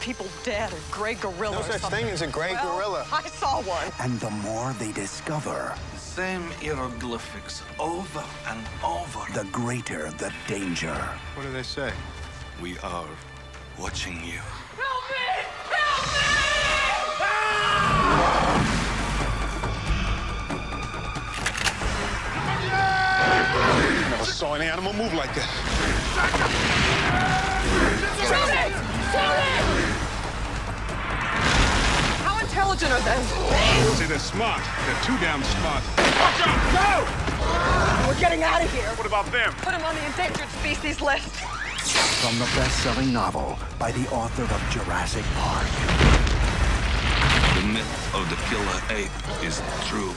Speaker 6: people dead, a gray gorilla.
Speaker 7: No
Speaker 6: or
Speaker 7: such
Speaker 6: something.
Speaker 7: thing as a gray
Speaker 6: Well,
Speaker 7: gorilla.
Speaker 6: I saw one.
Speaker 5: And the more they discover,
Speaker 9: Same hieroglyphics over and over.
Speaker 5: the greater the danger.
Speaker 7: What do they say?
Speaker 9: We are watching you.
Speaker 6: Help me! Help me!
Speaker 7: I never saw an animal move like that.
Speaker 6: Shoot it! Shoot it! How intelligent are they?
Speaker 4: See, they're smart. They're too damn smart. Watch out!
Speaker 6: We're getting out of here.
Speaker 4: Go! What about them?
Speaker 6: Put them on the endangered species list.
Speaker 5: From the best-selling novel by the author of Jurassic Park.
Speaker 9: The myth of the killer ape is true.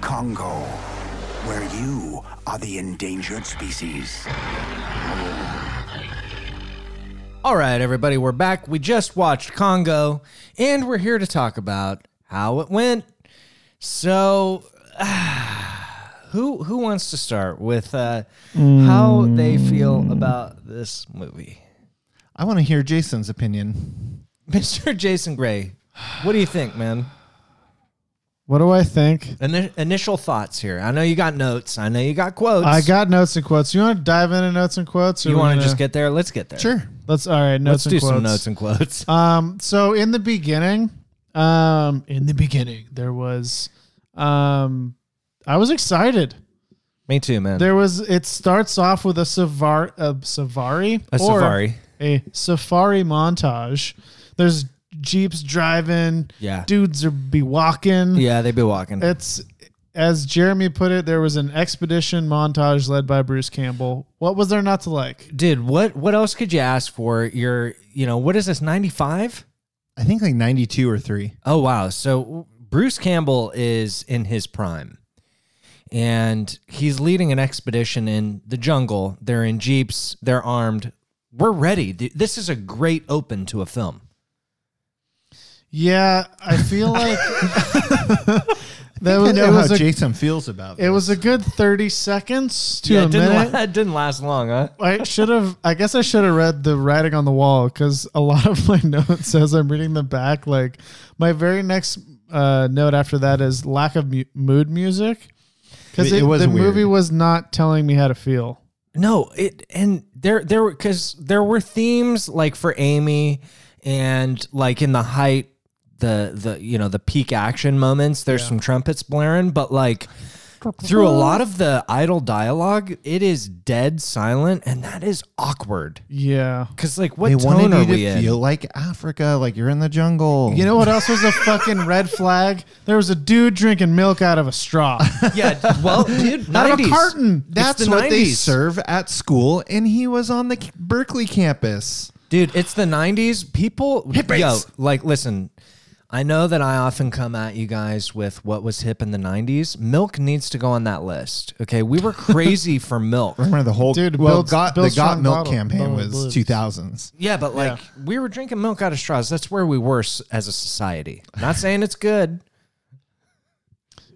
Speaker 5: Congo, where you are the endangered species.
Speaker 1: All right, everybody, we're back. We just watched Congo, and we're here to talk about how it went. So, who who wants to start with uh, how they feel
Speaker 2: Mm.
Speaker 1: about this movie,
Speaker 3: I want to hear Jason's opinion.
Speaker 1: Mister Jason Gray? What do you think, man?
Speaker 2: What do I think?
Speaker 1: Ini- initial thoughts here. I know you got notes. I know you got quotes.
Speaker 2: I got notes and quotes. You want to dive into notes and quotes? or
Speaker 1: You
Speaker 2: we're
Speaker 1: want to
Speaker 2: gonna-
Speaker 1: just get there? Let's get there.
Speaker 3: Sure.
Speaker 2: Let's all right.
Speaker 1: Let's
Speaker 2: Notes
Speaker 1: do
Speaker 2: and quotes.
Speaker 1: some notes and quotes.
Speaker 2: Um, so in the beginning, um, in the beginning, there was, um, I was excited.
Speaker 1: Me too, man.
Speaker 2: There was. It starts off with a savar, a savari,
Speaker 1: A
Speaker 2: or
Speaker 1: safari.
Speaker 2: a safari montage. There's jeeps driving.
Speaker 1: Yeah.
Speaker 2: dudes are be walking.
Speaker 1: yeah, they be walking.
Speaker 2: it's as Jeremy put it, there was an expedition montage led by Bruce Campbell. What was there not to like?
Speaker 1: Dude, what what else could you ask for? You're, you know, what is this 95?
Speaker 3: I think like 92 or 3.
Speaker 1: Oh wow. So Bruce Campbell is in his prime. And he's leading an expedition in the jungle. They're in jeeps, they're armed. We're ready. Th- This is a great open to a film.
Speaker 2: Yeah, I feel like that
Speaker 3: I
Speaker 2: was, it
Speaker 3: know
Speaker 2: was
Speaker 3: how
Speaker 2: a
Speaker 3: Jason feels about
Speaker 2: it
Speaker 3: this.
Speaker 2: was a good thirty seconds to a
Speaker 1: it didn't,
Speaker 2: minute.
Speaker 1: la- it didn't last long, huh?
Speaker 2: I should have. I guess I should have read the writing on the wall because a lot of my notes says I'm reading the back. Like my very next uh, note after that is lack of mu- mood music because
Speaker 3: It-
Speaker 2: it,
Speaker 3: it was
Speaker 2: the
Speaker 3: weird.
Speaker 2: movie was not telling me how to feel.
Speaker 1: No, it and there there because there were themes like for Amy and like in the height the the you know the peak action moments. There's some trumpets blaring, but like through a lot of the idle dialogue, it is dead silent, and that is awkward.
Speaker 2: Yeah.
Speaker 1: Because like
Speaker 3: they
Speaker 1: what
Speaker 3: wanted
Speaker 1: tone
Speaker 3: you
Speaker 1: are
Speaker 3: to
Speaker 1: we in?
Speaker 3: feel like Africa, like you're in the jungle.
Speaker 2: You know what else was a fucking red flag? There was a dude drinking milk out of a straw.
Speaker 1: yeah, well, dude,
Speaker 2: Out of a
Speaker 1: 90s.
Speaker 2: carton.
Speaker 1: It's
Speaker 3: that's
Speaker 1: the
Speaker 3: what they
Speaker 1: 90s.
Speaker 3: serve at school, and he was on the K- Berkeley campus.
Speaker 1: Dude, it's the 90s. People, yo,
Speaker 3: Hippies.
Speaker 1: like, listen, I know that I often come at you guys with what was hip in the 90s. Milk needs to go on that list. Okay. We were crazy for milk.
Speaker 3: Remember the whole
Speaker 2: Dude,
Speaker 3: well,
Speaker 2: Bill's-
Speaker 3: got
Speaker 2: Bill's
Speaker 3: the Got
Speaker 2: Strong
Speaker 3: Milk
Speaker 2: Bottle-
Speaker 3: campaign
Speaker 2: Bottle
Speaker 3: was
Speaker 2: Blues.
Speaker 3: 2000s.
Speaker 1: Yeah, but like, we were drinking milk out of straws. That's where we were s- as a society. Not saying it's good.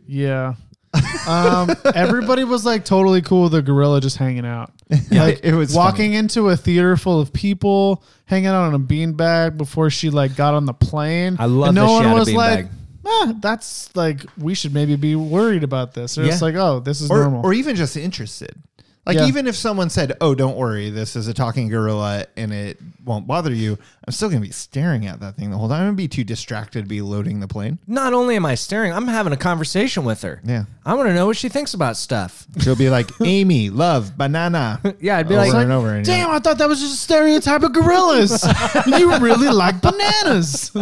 Speaker 2: yeah. Um, everybody was like totally cool with the gorilla just hanging out.
Speaker 3: Like, it was
Speaker 2: walking
Speaker 3: funny.
Speaker 2: into a theater full of people, hanging out on a beanbag before she like got on the plane.
Speaker 1: I love
Speaker 2: and
Speaker 1: that
Speaker 2: no
Speaker 1: she had
Speaker 2: one
Speaker 1: a
Speaker 2: was like,
Speaker 1: beanbag.
Speaker 2: "Ah, that's like we should maybe be worried about this. They're just
Speaker 1: Yeah.
Speaker 2: like, oh, this is
Speaker 3: or,
Speaker 2: normal.
Speaker 3: or even just interested. Like
Speaker 2: Yeah.
Speaker 3: even if someone said, "Oh, don't worry, this is a talking gorilla and it won't bother you," I'm still gonna be staring at that thing the whole time. I'm gonna be too distracted to be loading the plane.
Speaker 1: Not only am I staring, I'm having a conversation with her.
Speaker 3: Yeah.
Speaker 1: I want to know what she thinks about stuff.
Speaker 3: She'll be like, "Amy, love, banana."
Speaker 1: Yeah, I'd be
Speaker 3: over
Speaker 1: like,
Speaker 3: and over. And
Speaker 2: Damn, I thought that was just a stereotype of gorillas. you really like bananas.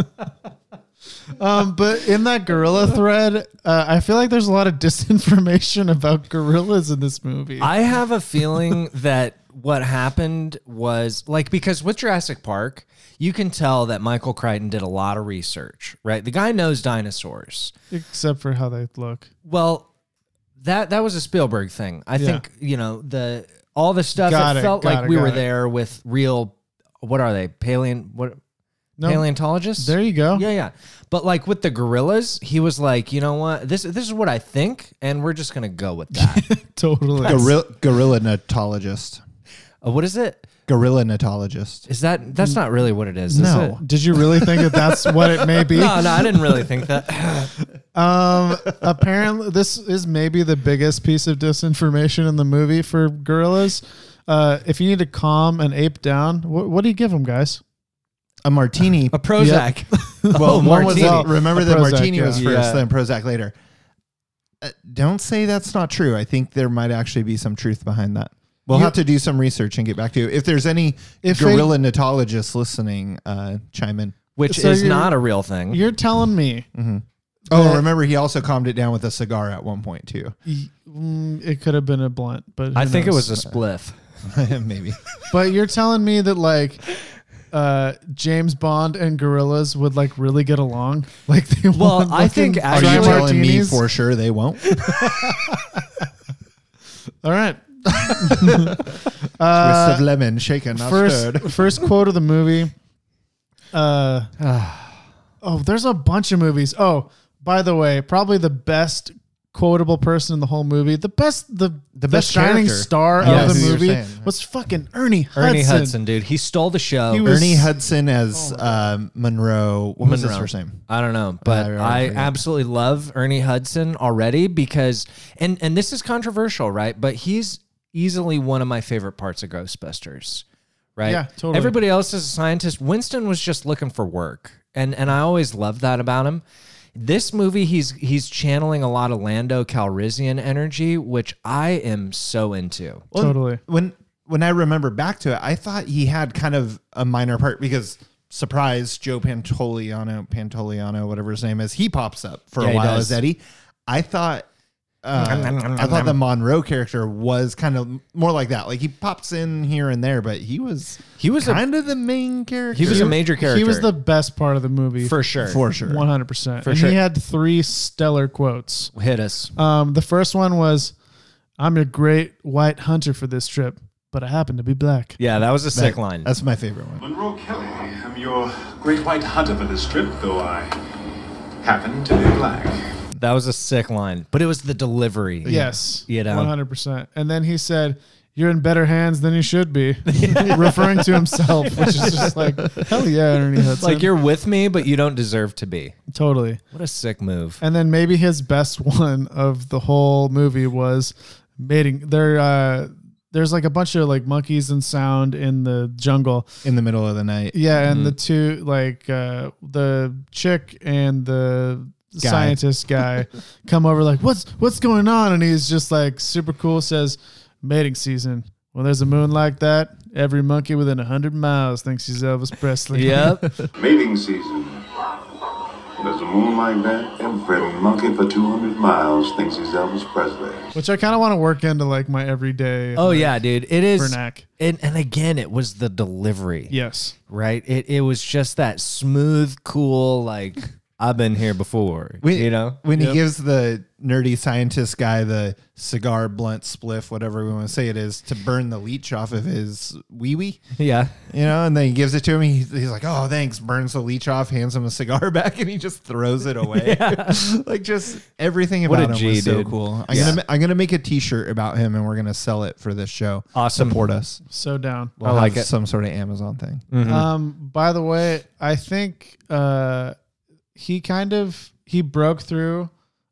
Speaker 2: Um, but in that gorilla thread, uh, I feel like there's a lot of disinformation about gorillas in this movie.
Speaker 1: I have a feeling that what happened was like because with Jurassic Park, you can tell that Michael Crichton did a lot of research, right? The guy knows dinosaurs.
Speaker 2: except for how they look.
Speaker 1: Well, that that was a Spielberg thing. I
Speaker 2: Yeah.
Speaker 1: think you know the all the stuff.
Speaker 2: Got
Speaker 1: it,
Speaker 2: it,
Speaker 1: felt
Speaker 2: got
Speaker 1: like
Speaker 2: it,
Speaker 1: we
Speaker 2: got
Speaker 1: were
Speaker 2: it.
Speaker 1: there with real. What are they? Paleon what?
Speaker 2: No,
Speaker 1: Paleontologists.
Speaker 2: there you go.
Speaker 1: Yeah, yeah. But like with the gorillas, he was like, you know what? This this is what I think, and we're just gonna go with that.
Speaker 2: totally.
Speaker 3: gorilla, gorilla natologist,
Speaker 1: Uh, what is it?
Speaker 3: gorilla natologist.
Speaker 1: Is that that's not really what it is? is
Speaker 3: No.
Speaker 1: it?
Speaker 2: Did you really think that that's what it may be?
Speaker 1: No, no, I didn't really think that.
Speaker 2: Um, apparently, this is maybe the biggest piece of disinformation in the movie for gorillas. Uh, if you need to calm an ape down, wh- what do you give them, guys?
Speaker 3: A martini.
Speaker 1: A Prozac.
Speaker 3: well,
Speaker 1: Oh,
Speaker 3: one was
Speaker 1: martini.
Speaker 3: well, remember
Speaker 2: A
Speaker 3: that
Speaker 2: Prozac,
Speaker 3: martini
Speaker 2: yeah.
Speaker 3: was first,
Speaker 1: Yeah.
Speaker 3: then Prozac later. Uh, don't say that's not true. I think there might actually be some truth behind that. We'll
Speaker 2: You-
Speaker 3: have to do some research and get back to you. If there's any
Speaker 2: If they-
Speaker 3: gorilla natologists listening, uh, chime in.
Speaker 1: Which
Speaker 2: So
Speaker 1: is
Speaker 2: you're-
Speaker 1: not a real thing.
Speaker 2: You're telling me
Speaker 1: Mm-hmm.
Speaker 3: Oh,
Speaker 2: Uh,
Speaker 3: remember he also calmed it down with a cigar at one point too.
Speaker 2: y- mm, it could have been a blunt, but who
Speaker 1: I think
Speaker 2: knows?
Speaker 1: it was a spliff.
Speaker 3: Maybe.
Speaker 2: But you're telling me that like. Uh, James Bond and gorillas would like really get along. Like they
Speaker 1: Well,
Speaker 2: want
Speaker 1: I think
Speaker 2: fucking
Speaker 3: Are
Speaker 1: Actually-
Speaker 3: you
Speaker 2: dry
Speaker 3: telling me
Speaker 2: martinis.
Speaker 3: for sure they won't?
Speaker 2: All right,
Speaker 3: Twist of lemon shaken, not stirred.
Speaker 2: first first quote of the movie. Uh,
Speaker 1: Ah.
Speaker 2: oh, there's a bunch of movies. Oh, by the way, probably the best quotable person in the whole movie, the best the the
Speaker 3: best
Speaker 2: shining
Speaker 3: character.
Speaker 2: star
Speaker 3: Yeah,
Speaker 2: of
Speaker 3: I
Speaker 2: the
Speaker 3: see what
Speaker 2: movie
Speaker 3: you're saying.
Speaker 2: was fucking Ernie Hudson.
Speaker 1: Ernie Hudson, dude. He stole the show.
Speaker 2: He was-
Speaker 3: Ernie Hudson as um, Monroe. What was his first name?
Speaker 1: I don't know, but
Speaker 3: I
Speaker 1: I,
Speaker 3: already forgot.
Speaker 1: absolutely love Ernie Hudson already because and and this is controversial, right? But he's easily one of my favorite parts of Ghostbusters. Right?
Speaker 2: Yeah, totally.
Speaker 1: Everybody else is a scientist. Winston was just looking for work. And and I always loved that about him. This movie he's he's channeling a lot of Lando Calrissian energy, which I am so into.
Speaker 3: Well,
Speaker 2: Totally.
Speaker 3: When when I remember back to it, I thought he had kind of a minor part because surprise, Joe Pantoliano, Pantoliano, whatever his name is, he pops up for
Speaker 1: Yeah,
Speaker 3: a
Speaker 1: he
Speaker 3: while
Speaker 1: does.
Speaker 3: as Eddie. I thought uh, I thought the Monroe character was kind of more like that. Like he pops in here and there, but he was
Speaker 1: He was a-
Speaker 3: kind of the main character.
Speaker 1: He was a major character.
Speaker 2: He was the best part of the movie
Speaker 1: for sure.
Speaker 3: for sure.
Speaker 2: 100%.
Speaker 1: For
Speaker 2: and
Speaker 1: sure.
Speaker 2: he had three stellar quotes.
Speaker 1: hit us.
Speaker 2: Um, the first one was, "I'm your great white hunter for this trip, but I happen to be black."
Speaker 1: Yeah, that was a sick line.
Speaker 3: That's my favorite one.
Speaker 10: Monroe Kelly. I'm your great white hunter for this trip, though I happen to be black.
Speaker 1: That was a sick line, but it was the delivery.
Speaker 2: Yes,
Speaker 1: You know.
Speaker 2: one hundred percent. And then he said, "You're in better hands than you should be," referring to himself, which is just like, "Hell yeah, Ernie
Speaker 1: It's
Speaker 2: Hudson!"
Speaker 1: like you're with me, but you don't deserve to be.
Speaker 2: totally.
Speaker 1: What a sick move.
Speaker 2: And then maybe his best one of the whole movie was mating. There, uh, there's like a bunch of like monkeys and sound in the jungle,
Speaker 3: In the middle of the night.
Speaker 2: Yeah, and the two like uh the chick and the
Speaker 3: Guy.
Speaker 2: scientist guy come over like what's what's going on and he's just like super cool says mating season. When there's a moon like that, every monkey within a hundred miles thinks he's Elvis Presley.
Speaker 1: Yep.
Speaker 10: Mating season. There's a moon like that. Every monkey for 200 miles thinks he's Elvis Presley.
Speaker 2: Which I kind of want to work into like my everyday.
Speaker 1: Oh
Speaker 2: like,
Speaker 1: yeah, dude. It is.
Speaker 2: Vernac.
Speaker 1: And, and again, it was the delivery,
Speaker 2: Yes.
Speaker 1: right? It it was just that smooth, cool, like I've been here before.
Speaker 3: When-
Speaker 1: you know,
Speaker 3: when he gives the nerdy scientist guy the cigar, blunt, spliff, whatever we want to say it is, to burn the leech off of his wee wee,
Speaker 1: yeah,
Speaker 3: you know, and then he gives it to him. He, he's like, "Oh, thanks." Burns the leech off, hands him a cigar back, and he just throws it away. like just everything
Speaker 1: What
Speaker 3: about
Speaker 1: a
Speaker 3: him
Speaker 1: G,
Speaker 3: was so
Speaker 1: dude.
Speaker 3: cool. I'm gonna I'm gonna make a T-shirt about him, and we're gonna sell it for this show.
Speaker 1: Awesome.
Speaker 3: Support us.
Speaker 2: So down.
Speaker 3: We'll
Speaker 1: like
Speaker 3: have
Speaker 1: it.
Speaker 3: Some sort of Amazon thing.
Speaker 1: Mm-hmm.
Speaker 2: Um, by the way, I think uh, he kind of he broke through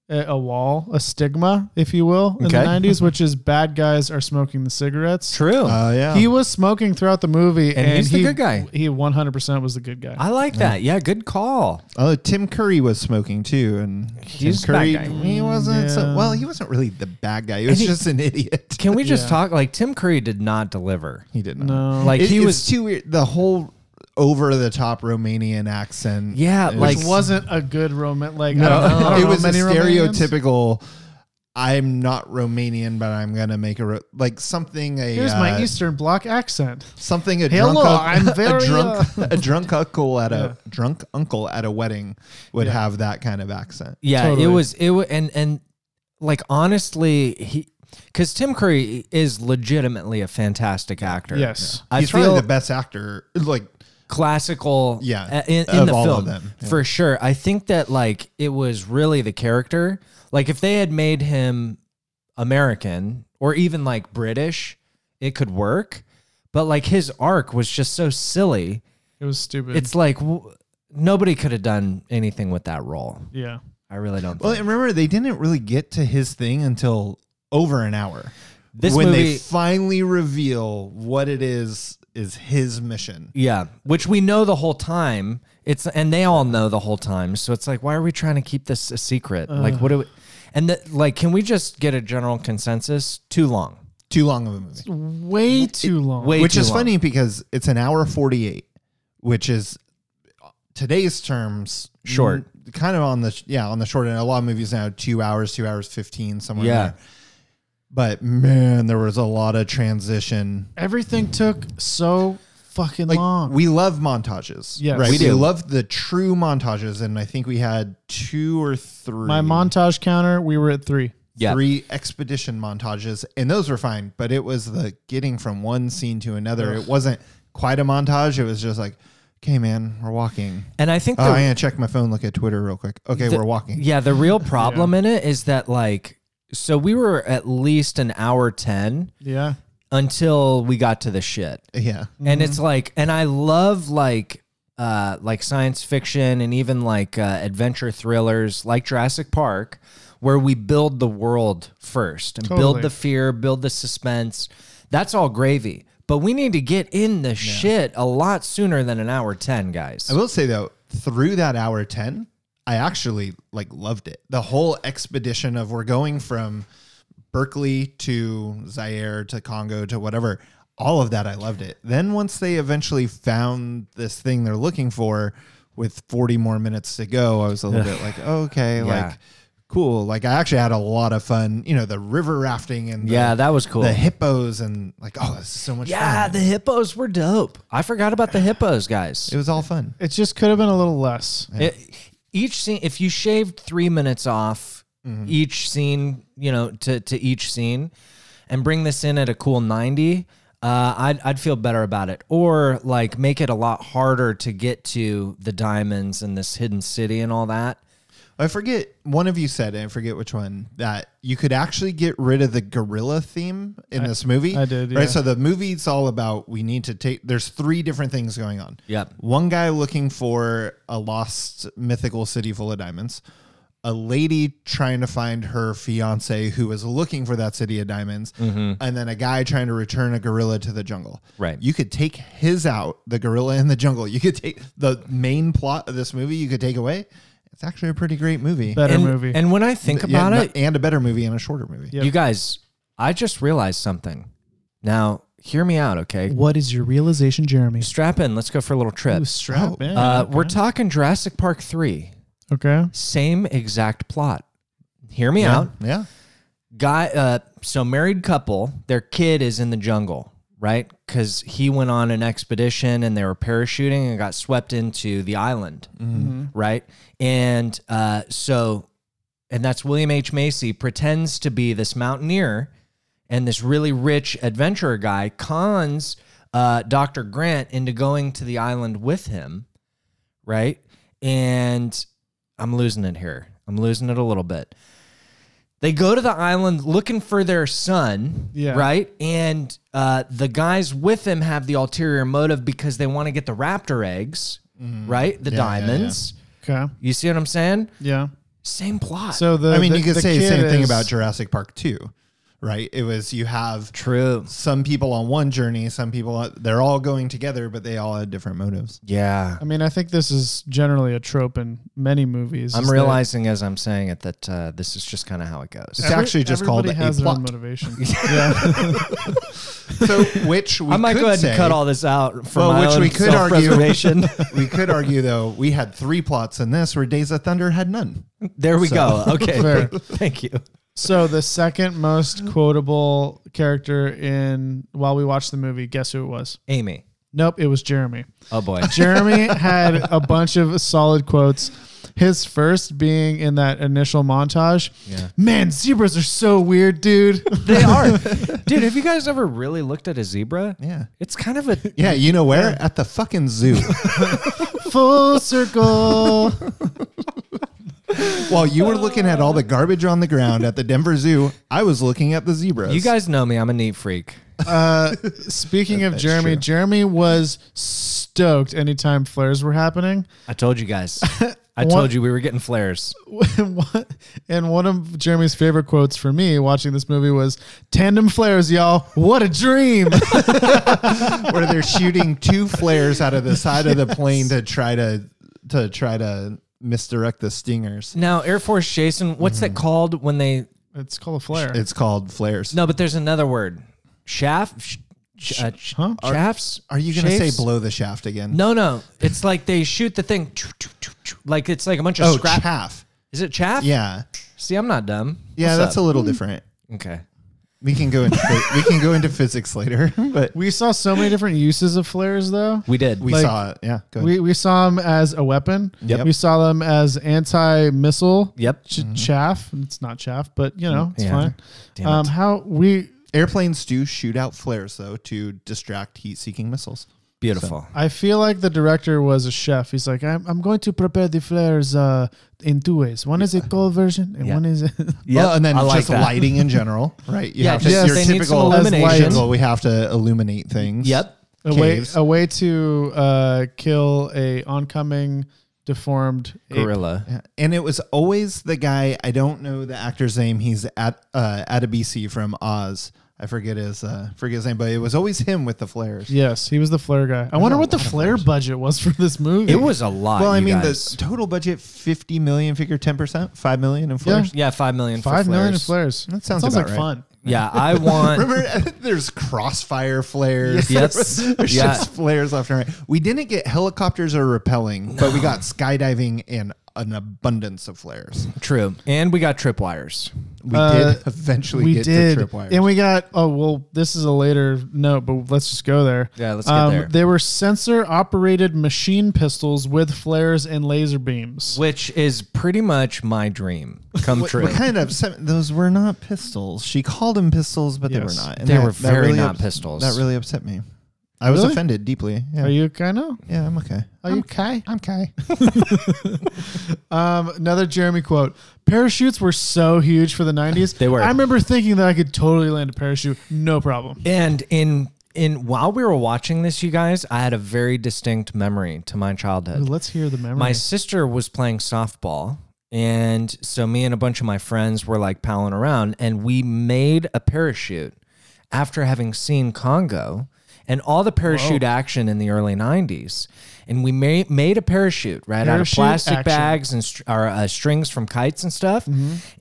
Speaker 2: a, a wall, a stigma, if you will, in
Speaker 3: Okay.
Speaker 2: the '90s, which is bad guys are smoking the cigarettes.
Speaker 1: true.
Speaker 3: Oh yeah.
Speaker 2: He was smoking throughout the movie,
Speaker 1: And
Speaker 2: and,
Speaker 1: he's the
Speaker 2: he-
Speaker 1: good guy.
Speaker 2: He 100 percent was the good guy.
Speaker 1: I like that. Yeah, good call.
Speaker 3: Oh, Tim Curry was smoking too, and
Speaker 1: He's a
Speaker 3: Tim
Speaker 1: bad
Speaker 3: Curry.
Speaker 1: guy.
Speaker 3: He wasn't.
Speaker 2: Yeah.
Speaker 3: So, well, he wasn't really the bad guy. He was
Speaker 1: he-
Speaker 3: just an idiot.
Speaker 1: Can we just
Speaker 2: Yeah.
Speaker 1: talk? Like Tim Curry did not deliver.
Speaker 3: he didn't.
Speaker 2: no,
Speaker 1: Like
Speaker 3: It-
Speaker 1: he
Speaker 3: it's
Speaker 1: was.
Speaker 3: too weird. The whole over the top Romanian accent.
Speaker 1: yeah,
Speaker 3: It
Speaker 1: like
Speaker 2: which wasn't a good romance. Like I
Speaker 3: No,
Speaker 2: don't, I don't
Speaker 3: it
Speaker 2: know
Speaker 3: was a
Speaker 2: many Romanians.
Speaker 3: stereotypical. I'm not Romanian, but I'm gonna make a ro-, like something a
Speaker 2: Here's my
Speaker 3: uh,
Speaker 2: Eastern Bloc accent.
Speaker 3: something a
Speaker 2: Hello,
Speaker 3: drunk unc-
Speaker 2: I'm very,
Speaker 3: a drunk
Speaker 1: uh,
Speaker 3: a drunk uncle at a drunk uncle at a wedding would have that kind of accent.
Speaker 1: Yeah,
Speaker 2: Totally.
Speaker 1: it was it was, and and like honestly, he because Tim Curry is legitimately a fantastic actor.
Speaker 2: Yes.
Speaker 1: I
Speaker 3: He's
Speaker 1: feel
Speaker 3: probably the best actor. Like
Speaker 1: classical.
Speaker 3: Yeah,
Speaker 1: a- in, in
Speaker 3: of
Speaker 1: the
Speaker 3: all of
Speaker 1: film
Speaker 3: them, yeah.
Speaker 1: for sure. I think that like it was really the character. Like if they had made him American or even like British, it could work. But like his arc was just so silly.
Speaker 2: It was stupid.
Speaker 1: It's like w- nobody could have done anything with that role.
Speaker 2: yeah.
Speaker 1: I really don't.
Speaker 3: Well,
Speaker 1: think.
Speaker 3: and remember they didn't really get to his thing until over an hour.
Speaker 1: This
Speaker 3: when
Speaker 1: movie-
Speaker 3: they finally reveal what it is is his mission.
Speaker 1: Yeah, which we know the whole time. It's and they all know the whole time. So it's like, why are we trying to keep this a secret? like, what do we? And the, like, can we just get a general consensus? Too long.
Speaker 3: Too long of a movie.
Speaker 2: Way too long.
Speaker 1: Way
Speaker 3: Which
Speaker 1: too
Speaker 3: is
Speaker 1: long.
Speaker 3: funny because it's an hour 48, which is uh, today's terms
Speaker 1: Short.
Speaker 3: n- kind of on the sh- yeah, on the short end. A lot of movies now 2 hours, 2 hours 15 somewhere
Speaker 1: Yeah.
Speaker 3: yeah. there. But man, there was a lot of transition
Speaker 2: Everything took so fucking
Speaker 3: like
Speaker 2: long.
Speaker 3: we love montages.
Speaker 2: Yes.
Speaker 3: right?
Speaker 2: We
Speaker 3: We,
Speaker 1: do.
Speaker 3: love the true montages, and I think we had two or three.
Speaker 2: My montage counter, we were at three.
Speaker 1: Yeah.
Speaker 3: three expedition montages, and those were fine. But it was the getting from one scene to another. It wasn't quite a montage. It was just like, okay, man, we're walking.
Speaker 1: And I think
Speaker 3: Oh,
Speaker 1: the-
Speaker 3: I'm gonna check my phone, look at Twitter real quick. Okay, we're walking.
Speaker 1: Yeah, the real problem in it is that like, so we were at least an hour ten
Speaker 2: Yeah.
Speaker 1: until we got to the shit.
Speaker 3: Yeah,
Speaker 1: and it's like and i love like uh like science fiction and even like uh, adventure thrillers like jurassic park where we build the world first and
Speaker 2: Totally.
Speaker 1: build the fear build the suspense that's all gravy but we need to get in the shit a lot sooner than an hour 10 guys
Speaker 3: I will say though, through that hour ten, I actually like loved it. The whole expedition of we're going from Berkeley to Zaire to Congo to whatever. All of that, I loved it. Then once they eventually found this thing they're looking for, with forty more minutes to go, I was a little bit like, oh, okay,
Speaker 1: Yeah.
Speaker 3: like cool. Like I actually had a lot of fun. You know, the river rafting and the,
Speaker 1: Yeah, that was cool.
Speaker 3: The hippos and like, oh, this is so much
Speaker 1: Yeah,
Speaker 3: fun.
Speaker 1: the hippos were dope. I forgot about the hippos, guys.
Speaker 3: it was all fun.
Speaker 2: It just could have been a little less.
Speaker 1: It, each scene, if you shaved three minutes off
Speaker 2: Mm-hmm.
Speaker 1: each scene, you know, to, to each scene, and bring this in at a cool 90, uh, I'd, I'd feel better about it. Or like make it a lot harder to get to the diamonds and this hidden city and all that.
Speaker 3: I forget one of you said, and I forget which one, that you could actually get rid of the gorilla theme in this movie.
Speaker 2: I did, yeah.
Speaker 3: Right. So the movie's all about we need to take there's three different things going on.
Speaker 1: Yep.
Speaker 3: One guy looking for a lost mythical city full of diamonds. A lady trying to find her fiance who is looking for that city of diamonds, and then a guy trying to return a gorilla to the jungle.
Speaker 1: Mm-hmm. Right.
Speaker 3: You could take his out, the gorilla in the jungle. You could take the main plot of this movie. You could take away. It's actually a pretty great movie
Speaker 2: Better
Speaker 1: and,
Speaker 2: movie.
Speaker 1: And when I think
Speaker 3: yeah,
Speaker 1: about
Speaker 3: no-
Speaker 1: it,
Speaker 3: and a better movie and a shorter movie.
Speaker 2: Yep.
Speaker 1: you guys, I just realized something. Now, hear me out, okay?
Speaker 2: what is your realization, Jeremy?
Speaker 1: Strap in. Let's go for a little trip.
Speaker 3: Oh,
Speaker 2: Strap in.
Speaker 1: Uh, we're talking Jurassic Park 3.
Speaker 2: okay.
Speaker 1: Same exact plot. Hear me out.
Speaker 3: Yeah.
Speaker 1: Guy, uh, so married couple, their kid is in the jungle, right? Because he went on an expedition and they were parachuting and got swept into the island, right? And uh, so, and that's William H. Macy pretends to be this mountaineer and this really rich adventurer guy cons uh, Dr. Grant into going to the island with him, right? And I'm losing it here. I'm losing it a little bit. They go to the island looking for their son,
Speaker 2: Yeah.
Speaker 1: right? And uh, the guys with him have the ulterior motive because they want to get the raptor eggs, right? The
Speaker 3: Yeah, yeah, yeah.
Speaker 1: diamonds.
Speaker 2: Okay.
Speaker 1: You see what I'm saying?
Speaker 2: Yeah.
Speaker 1: Same plot.
Speaker 2: So the
Speaker 3: I mean,
Speaker 2: the-
Speaker 3: you could
Speaker 2: the
Speaker 3: say the
Speaker 2: kid
Speaker 3: same thing
Speaker 2: is-
Speaker 3: about Jurassic Park 2, right? It was you have
Speaker 1: true.
Speaker 3: some people on one journey, some people on- they're all going together, but they all had different motives.
Speaker 1: Yeah.
Speaker 2: I mean, I think this is generally a trope in many movies. is
Speaker 1: I'm
Speaker 2: that
Speaker 1: realizing as I'm saying it that uh, this is just kind of how it goes.
Speaker 3: It's actually just called
Speaker 2: everybody has
Speaker 3: a
Speaker 2: their own
Speaker 3: plot.
Speaker 2: motivation. yeah.
Speaker 3: So, which we
Speaker 1: I might
Speaker 3: could
Speaker 1: go ahead
Speaker 3: say,
Speaker 1: and cut all this out for
Speaker 3: Well,
Speaker 1: my
Speaker 3: which
Speaker 1: own
Speaker 3: we could argue-
Speaker 1: self-preservation.
Speaker 3: We could argue though we had three plots in this, where Days of Thunder had none.
Speaker 1: there we go. Okay,
Speaker 2: Fair.
Speaker 1: thank you.
Speaker 2: So the second most quotable character in while we watched the movie, guess who it was?
Speaker 1: Amy.
Speaker 2: Nope, it was Jeremy.
Speaker 1: Oh boy.
Speaker 2: Jeremy had a bunch of solid quotes. His first being in that initial montage.
Speaker 1: Yeah.
Speaker 2: Man, zebras are so weird, dude.
Speaker 1: they are, dude. Have you guys ever really looked at a zebra?
Speaker 3: Yeah.
Speaker 1: It's kind of a
Speaker 3: Yeah, you know where? At the fucking zoo.
Speaker 2: Full circle.
Speaker 3: While you were looking at all the garbage on the ground at the Denver Zoo, I was looking at the zebras.
Speaker 1: You guys know me. I'm a neat freak.
Speaker 2: Speaking of
Speaker 3: That's
Speaker 2: Jeremy,
Speaker 3: true.
Speaker 2: Jeremy was stoked anytime flares were happening.
Speaker 1: I told you guys. I
Speaker 2: What-
Speaker 1: told you we were getting flares.
Speaker 2: and one- and one of Jeremy's favorite quotes for me watching this movie was tandem flares, y'all. What a dream.
Speaker 3: where they're shooting two flares out of the side of the plane to try to to try to misdirect the stingers.
Speaker 1: Now, Air Force Jason, what's that
Speaker 3: Mm-hmm.
Speaker 1: called when they?
Speaker 2: it's called a flare.
Speaker 3: It's called flares.
Speaker 1: No, but there's another word. Shaft. Sh- sh- uh, sh-
Speaker 2: Huh?
Speaker 1: Shafts.
Speaker 3: Are you going to
Speaker 1: Shafts?
Speaker 3: say blow the shaft again?
Speaker 1: No, no. It's like they shoot the thing. Like it's like a bunch of
Speaker 3: Oh,
Speaker 1: scrap.
Speaker 3: chaff.
Speaker 1: Is it chaff?
Speaker 3: Yeah.
Speaker 1: See, I'm not dumb.
Speaker 3: Yeah,
Speaker 1: What's
Speaker 3: that's
Speaker 1: up?
Speaker 3: a little different.
Speaker 1: okay.
Speaker 3: We can go into phy- we can go into physics later, but we,
Speaker 2: we saw so many different uses of flares though.
Speaker 1: We did.
Speaker 2: Like-
Speaker 3: saw it. Yeah. Go ahead.
Speaker 2: We, we saw them as a weapon.
Speaker 1: Yep.
Speaker 2: We saw them as anti missile
Speaker 1: yep. Mm-hmm.
Speaker 2: ch- chaff. It's not chaff, but you know, it's
Speaker 1: Yeah.
Speaker 2: fine.
Speaker 1: Damn
Speaker 2: Um,
Speaker 1: it.
Speaker 2: how we
Speaker 3: Airplanes do shoot out flares though to distract heat-seeking missiles.
Speaker 1: Beautiful.
Speaker 2: I feel like the director was a chef. He's like, I'm, I'm going to prepare the flares uh, in two ways. One is a cold version, and
Speaker 1: Yeah.
Speaker 2: one is.
Speaker 1: Yep,
Speaker 3: Well, and then
Speaker 1: I like
Speaker 3: just
Speaker 1: that.
Speaker 3: lighting in general, right? You
Speaker 1: Yeah,
Speaker 3: have
Speaker 1: just
Speaker 3: to, your
Speaker 1: they need some
Speaker 3: typical
Speaker 1: illumination.
Speaker 3: typical, we have to illuminate things.
Speaker 1: Yep.
Speaker 3: Uh,
Speaker 2: a way
Speaker 3: Caves.
Speaker 2: a way to uh, kill a oncoming deformed ape.
Speaker 1: Gorilla.
Speaker 3: Yeah. And it was always the guy, I don't know the actor's name. He's at uh Adebisi from Oz. I forget his uh forget his name, but it was always him with the flares.
Speaker 2: Yes, he was the flare guy. I wonder
Speaker 3: a
Speaker 2: what the
Speaker 3: lot of
Speaker 2: flare
Speaker 3: flares.
Speaker 2: budget was for this movie.
Speaker 1: It was a lot.
Speaker 3: Well, I mean
Speaker 1: guys.
Speaker 3: the total budget 50 million figure 10%, 5 million in flares.
Speaker 1: yeah, five million. for
Speaker 2: five million
Speaker 1: flares.
Speaker 2: flares.
Speaker 3: That sounds
Speaker 2: sounds
Speaker 3: about
Speaker 2: like
Speaker 3: right.
Speaker 2: fun.
Speaker 1: Yeah, I want.
Speaker 3: Remember, there's crossfire flares.
Speaker 1: Yes.
Speaker 3: There's
Speaker 1: Yeah.
Speaker 3: just flares left and right. We didn't get helicopters or rappelling, but we got skydiving and an abundance of flares.
Speaker 1: True. And we got tripwires.
Speaker 3: We
Speaker 2: Uh,
Speaker 3: did eventually
Speaker 2: we
Speaker 3: get
Speaker 2: did,
Speaker 3: to tripwires.
Speaker 2: and we got. Oh well, this is a later note, but let's just go there. Um,
Speaker 1: Yeah, let's get there.
Speaker 2: They were sensor-operated machine pistols with flares and laser beams.
Speaker 1: Which is pretty much my dream come
Speaker 3: what,
Speaker 1: true.
Speaker 3: what kind of sem- those were not pistols. She called them pistols, but they
Speaker 2: Yes.
Speaker 3: were not. And
Speaker 1: They were very
Speaker 3: really
Speaker 1: not pistols.
Speaker 3: That really upset me. I was
Speaker 2: Really?
Speaker 3: offended deeply. Yeah,
Speaker 2: Are you kind of?
Speaker 3: yeah I'm okay.
Speaker 2: Are you okay?
Speaker 3: I'm okay.
Speaker 2: Um, another Jeremy quote: "Parachutes were so huge for the '90s.
Speaker 1: They were.
Speaker 2: I remember thinking that I could totally land a parachute, no problem.
Speaker 1: And in in while we were watching this, you guys, I had a very distinct memory to my childhood.
Speaker 2: Let's hear the memory.
Speaker 1: My sister was playing softball. And so me and a bunch of my friends were like palling around and we made a parachute after having seen Congo and all the parachute action in the early 90s. And we made, made a parachute, right? out of
Speaker 2: Parachute
Speaker 1: plastic
Speaker 2: action. Mm-hmm.
Speaker 1: bags and str- or, uh, strings from kites and stuff.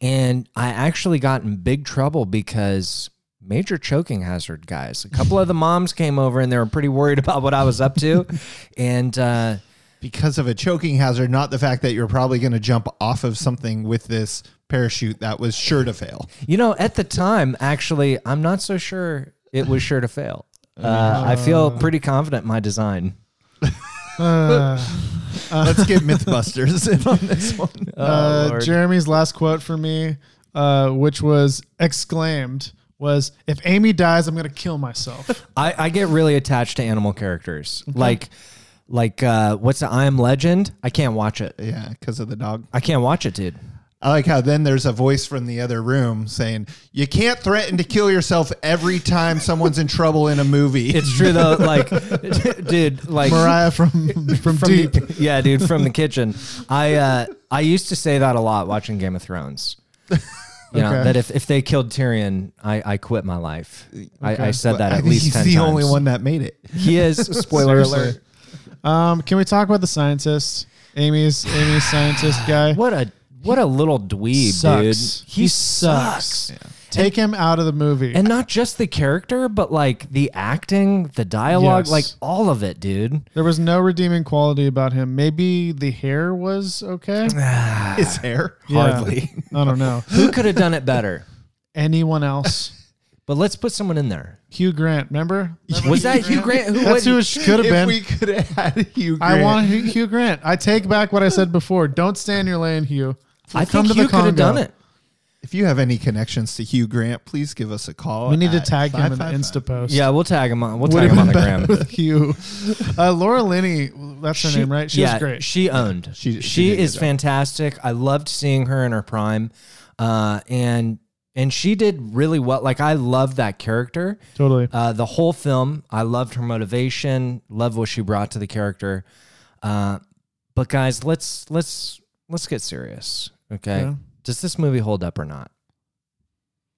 Speaker 1: And I actually got in big trouble because major choking hazard, guys. A couple of the moms came over and they were pretty worried about what I was up to. and, uh,
Speaker 3: because of a choking hazard, not the fact that you're probably going to jump off of something with this parachute that was sure to fail.
Speaker 1: You know, at the time, actually, I'm not so sure it was sure to fail. Uh, I feel pretty confident in my design.
Speaker 2: Uh,
Speaker 3: Let's get MythBusters in on this one.
Speaker 2: uh,
Speaker 1: Oh, Lord.
Speaker 2: Jeremy's last quote for me, uh, which was exclaimed, was "If Amy dies, I'm gonna kill myself."
Speaker 1: I, I get really attached to animal characters, like like uh, what's the I Am Legend? I can't watch it.
Speaker 3: Yeah, because of the dog.
Speaker 1: I can't watch it, dude.
Speaker 3: I like how then there's a voice from the other room saying, "You can't threaten to kill yourself every time someone's in trouble in a movie." Uh,
Speaker 1: It's true though, like, dude, like
Speaker 2: Mariah from from, Deep.
Speaker 1: The, yeah, dude, from the kitchen. I uh, I used to say that a lot watching Game of Thrones. You know
Speaker 2: Okay.
Speaker 1: that if, if they killed Tyrion, I, I quit my life. I, I said that at
Speaker 3: I think
Speaker 1: least
Speaker 3: he's
Speaker 1: ten
Speaker 3: the
Speaker 1: times.
Speaker 3: only one that made it.
Speaker 1: He is. Spoiler alert.
Speaker 2: Seriously. Um, can we talk about the scientist? Amy's Amy's scientist guy.
Speaker 1: What a what a little dweeb,
Speaker 2: Sucks.
Speaker 1: dude. He, sucks.
Speaker 2: Take him out of the movie.
Speaker 1: And not just the character, but like the acting, the dialogue,
Speaker 2: Yes.
Speaker 1: like all of it, dude.
Speaker 2: there was no redeeming quality about him. Maybe the hair was okay. Ah,
Speaker 3: His hair. Um,
Speaker 2: Yeah. I don't know.
Speaker 1: Who could have done it better?
Speaker 2: Anyone else?
Speaker 1: But let's put someone in there.
Speaker 2: Hugh Grant, remember?
Speaker 1: Was that Hugh Grant? Who
Speaker 2: That's who
Speaker 1: would-
Speaker 2: it should have
Speaker 3: If
Speaker 2: been.
Speaker 3: we could have had Hugh Grant,
Speaker 2: I want Hugh, Hugh Grant. I take back what I said before. Don't stay in your lane, Hugh.
Speaker 1: I
Speaker 2: Come
Speaker 1: think
Speaker 2: to the
Speaker 1: Hugh could have
Speaker 2: Congo.
Speaker 1: done it.
Speaker 3: If you have any connections to Hugh Grant, please give us a call.
Speaker 2: We
Speaker 1: Uh,
Speaker 2: need to
Speaker 3: at
Speaker 2: tag him in the
Speaker 3: 555.
Speaker 2: Insta post.
Speaker 1: Yeah, we'll tag him on. We'll
Speaker 2: Would
Speaker 1: tag
Speaker 2: have
Speaker 1: him on
Speaker 2: been
Speaker 1: the gram.
Speaker 2: better with Hugh. Uh, Laura Linney, that's her
Speaker 1: She-
Speaker 2: name, right? She
Speaker 1: yeah,
Speaker 2: was great.
Speaker 1: She owned.
Speaker 3: She-
Speaker 1: She,
Speaker 3: she
Speaker 1: she,
Speaker 3: did
Speaker 1: is
Speaker 3: good.
Speaker 1: fantastic. I loved seeing her in her prime, uh, and and she did really well. Like I love that character.
Speaker 2: totally.
Speaker 1: Uh, the whole film, I loved her motivation, loved what she brought to the character. Uh, but guys, let's let's let's get serious. Okay,
Speaker 2: Yeah.
Speaker 1: does this movie hold up or not?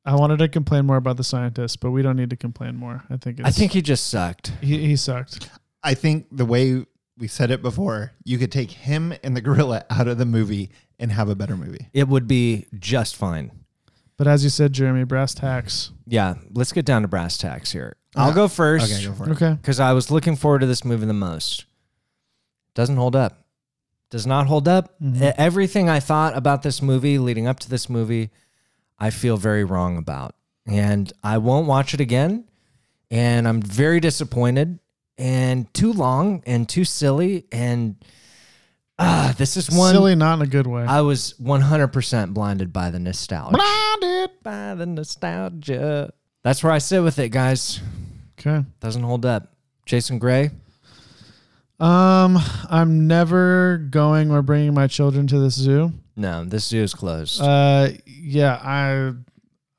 Speaker 2: I wanted to complain more about the scientist, but we don't need to complain more. I think it's,
Speaker 1: I think he just sucked.
Speaker 2: he, he sucked.
Speaker 3: I think the way we said it before, you could take him and the gorilla out of the movie and have a better movie.
Speaker 1: It would be just fine.
Speaker 2: But as you said, Jeremy, brass tacks.
Speaker 1: Yeah, let's get down to brass tacks here. I'll go first.
Speaker 3: Okay, go for it.
Speaker 2: Okay.
Speaker 1: because I was looking forward to this movie the most. Doesn't hold up. Does not hold up.
Speaker 3: Mm-hmm.
Speaker 1: E- Everything I thought about this movie leading up to this movie, I feel very wrong about. And I won't watch it again. And I'm very disappointed and too long and too silly. And ah, this is one
Speaker 2: Silly, not in a good way.
Speaker 1: I was 100% blinded by the nostalgia.
Speaker 2: Blinded.
Speaker 1: By the nostalgia. That's where I sit with it, guys.
Speaker 2: Okay.
Speaker 1: Doesn't hold up. Jason Gray,
Speaker 2: Um, I'm never going or bringing my children to this zoo.
Speaker 1: No, this zoo is closed.
Speaker 2: Uh, yeah, I,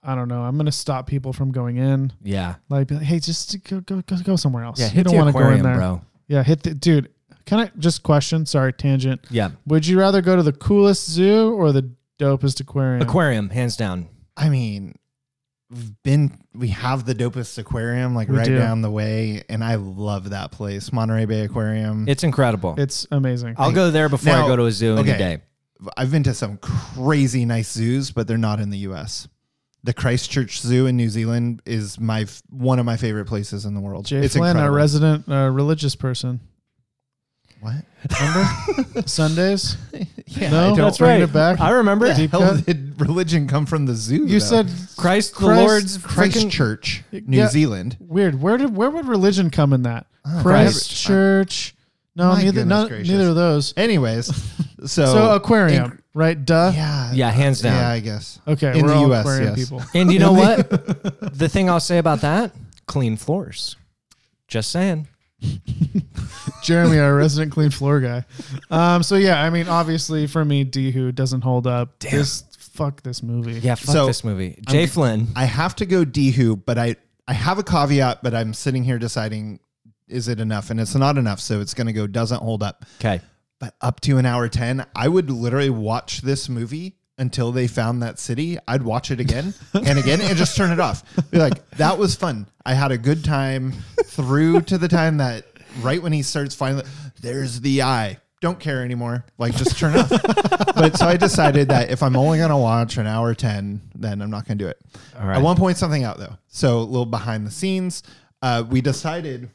Speaker 2: I don't know. I'm gonna stop people from going in.
Speaker 1: yeah.
Speaker 2: Like, be like, hey, just go go go, go somewhere else.
Speaker 1: Yeah,
Speaker 2: you
Speaker 1: hit
Speaker 2: don't
Speaker 1: the
Speaker 2: want to go in
Speaker 1: aquarium,
Speaker 2: there,
Speaker 1: bro.
Speaker 2: Yeah, hit the dude. Can I just question? Sorry, tangent.
Speaker 1: Yeah.
Speaker 2: Would you rather go to the coolest zoo or the dopest aquarium?
Speaker 1: Aquarium, hands down.
Speaker 3: I mean, we've been we have the dopest aquarium like
Speaker 2: We
Speaker 3: right
Speaker 2: do.
Speaker 3: down the way, and I love that place, Monterey Bay Aquarium.
Speaker 1: It's incredible.
Speaker 2: It's amazing.
Speaker 1: I'll go there before
Speaker 3: Now-
Speaker 1: I go to a zoo any
Speaker 3: okay.
Speaker 1: day.
Speaker 3: I've been to some crazy nice zoos, but they're not in the U.S. The Christchurch Zoo in New Zealand is my f- one of my favorite places in the world.
Speaker 2: Jay
Speaker 3: it's
Speaker 2: Flynn, our
Speaker 3: incredible.
Speaker 2: resident uh, religious person.
Speaker 3: what?
Speaker 2: Remember Sundays?
Speaker 3: Yeah,
Speaker 2: No,
Speaker 3: I don't
Speaker 2: that's
Speaker 1: right.
Speaker 2: Bring it back.
Speaker 1: I remember.
Speaker 3: Where the
Speaker 1: it.
Speaker 3: hell did religion come from the zoo? though?
Speaker 2: You said
Speaker 1: Christ, the
Speaker 2: Christ-
Speaker 1: Lord's freaking
Speaker 3: Christchurch, New
Speaker 2: Yeah.
Speaker 3: Zealand.
Speaker 2: Weird. Where did where would religion come in that?
Speaker 3: Christ.
Speaker 2: Christchurch. No,
Speaker 3: My
Speaker 2: neither.
Speaker 3: goodness
Speaker 2: No,
Speaker 3: gracious.
Speaker 2: neither of those.
Speaker 3: Anyways, so
Speaker 2: So aquarium, right? Duh.
Speaker 3: yeah,
Speaker 1: Yeah, hands down.
Speaker 3: yeah, I guess.
Speaker 2: Okay.
Speaker 3: in
Speaker 2: we're
Speaker 3: the
Speaker 2: all
Speaker 3: U.S.,
Speaker 2: aquarium
Speaker 3: yes.
Speaker 2: people.
Speaker 1: And you know what? the thing I'll say about that: clean floors. Just saying.
Speaker 2: Jeremy, our resident clean floor guy. Um. So yeah, I mean, obviously for me, D who doesn't hold up. This fuck this movie.
Speaker 1: Yeah, fuck
Speaker 3: So,
Speaker 1: this movie. Jay Flynn.
Speaker 3: I have to go Dehu, but I I have a caveat, but I'm sitting here deciding is it enough, and it's not enough, so it's going to go doesn't hold up.
Speaker 1: Okay.
Speaker 3: But up to an hour ten, I would literally watch this movie until they found that city. I'd watch it again and again and just turn it off. Be like, that was fun. I had a good time through to the time that right when he starts finally, there's the eye. Don't care anymore. Like just turn it off. but so I decided that if I'm only gonna watch an hour ten, then I'm not gonna do it. All right. I want to point something out though. So a little behind the scenes. Uh, we decided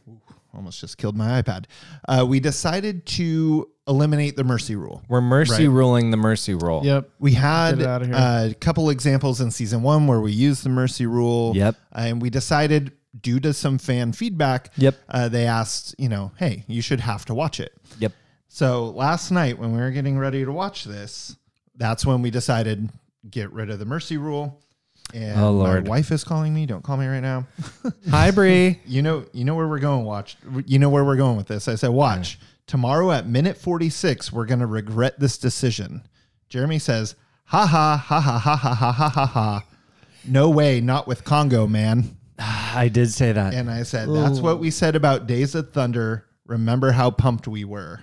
Speaker 3: almost just killed my iPad. Uh, we decided to eliminate the mercy rule.
Speaker 1: We're mercy ruling the mercy rule.
Speaker 2: Yep.
Speaker 3: We had uh,
Speaker 2: Get it outta here.
Speaker 3: a couple examples in season one where we used the mercy rule.
Speaker 1: Yep.
Speaker 3: And we decided, due to some fan feedback,
Speaker 1: Yep.
Speaker 3: uh, they asked, you know, hey, you should have to watch it.
Speaker 1: Yep.
Speaker 3: So last night, when we were getting ready to watch this, that's when we decided get rid of the mercy rule. And
Speaker 1: Oh,
Speaker 3: my
Speaker 1: Lord.
Speaker 3: wife is calling me. Don't call me right now.
Speaker 1: Hi, Bree.
Speaker 3: You know, you know where we're going. Watch. You know where we're going with this. I said, watch tomorrow at minute forty-six. We're gonna regret this decision. Jeremy says, ha ha ha ha ha ha ha ha ha ha. No way, not with Congo, man.
Speaker 1: I did say that.
Speaker 3: And I said, that's what we said about Days of Thunder. Remember how pumped we were.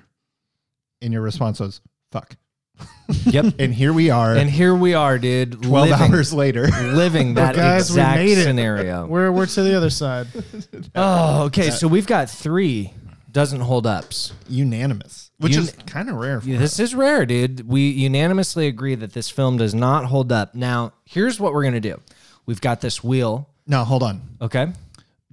Speaker 3: And your response was, fuck.
Speaker 1: yep.
Speaker 3: And here we are,
Speaker 1: And here we are, dude.
Speaker 3: twelve
Speaker 1: living-
Speaker 3: hours later.
Speaker 1: Living that
Speaker 2: Guys, we
Speaker 1: exact
Speaker 2: made it.
Speaker 1: scenario.
Speaker 2: We're we're to the other side.
Speaker 1: oh, okay. So we've got three doesn't hold ups.
Speaker 3: Unanimous, which
Speaker 1: Un-
Speaker 3: is kind of rare. For
Speaker 1: Yeah, This is rare, dude. We unanimously agree that this film does not hold up. Now, here's what we're going to do we've got this wheel.
Speaker 3: Now, hold on.
Speaker 1: Okay.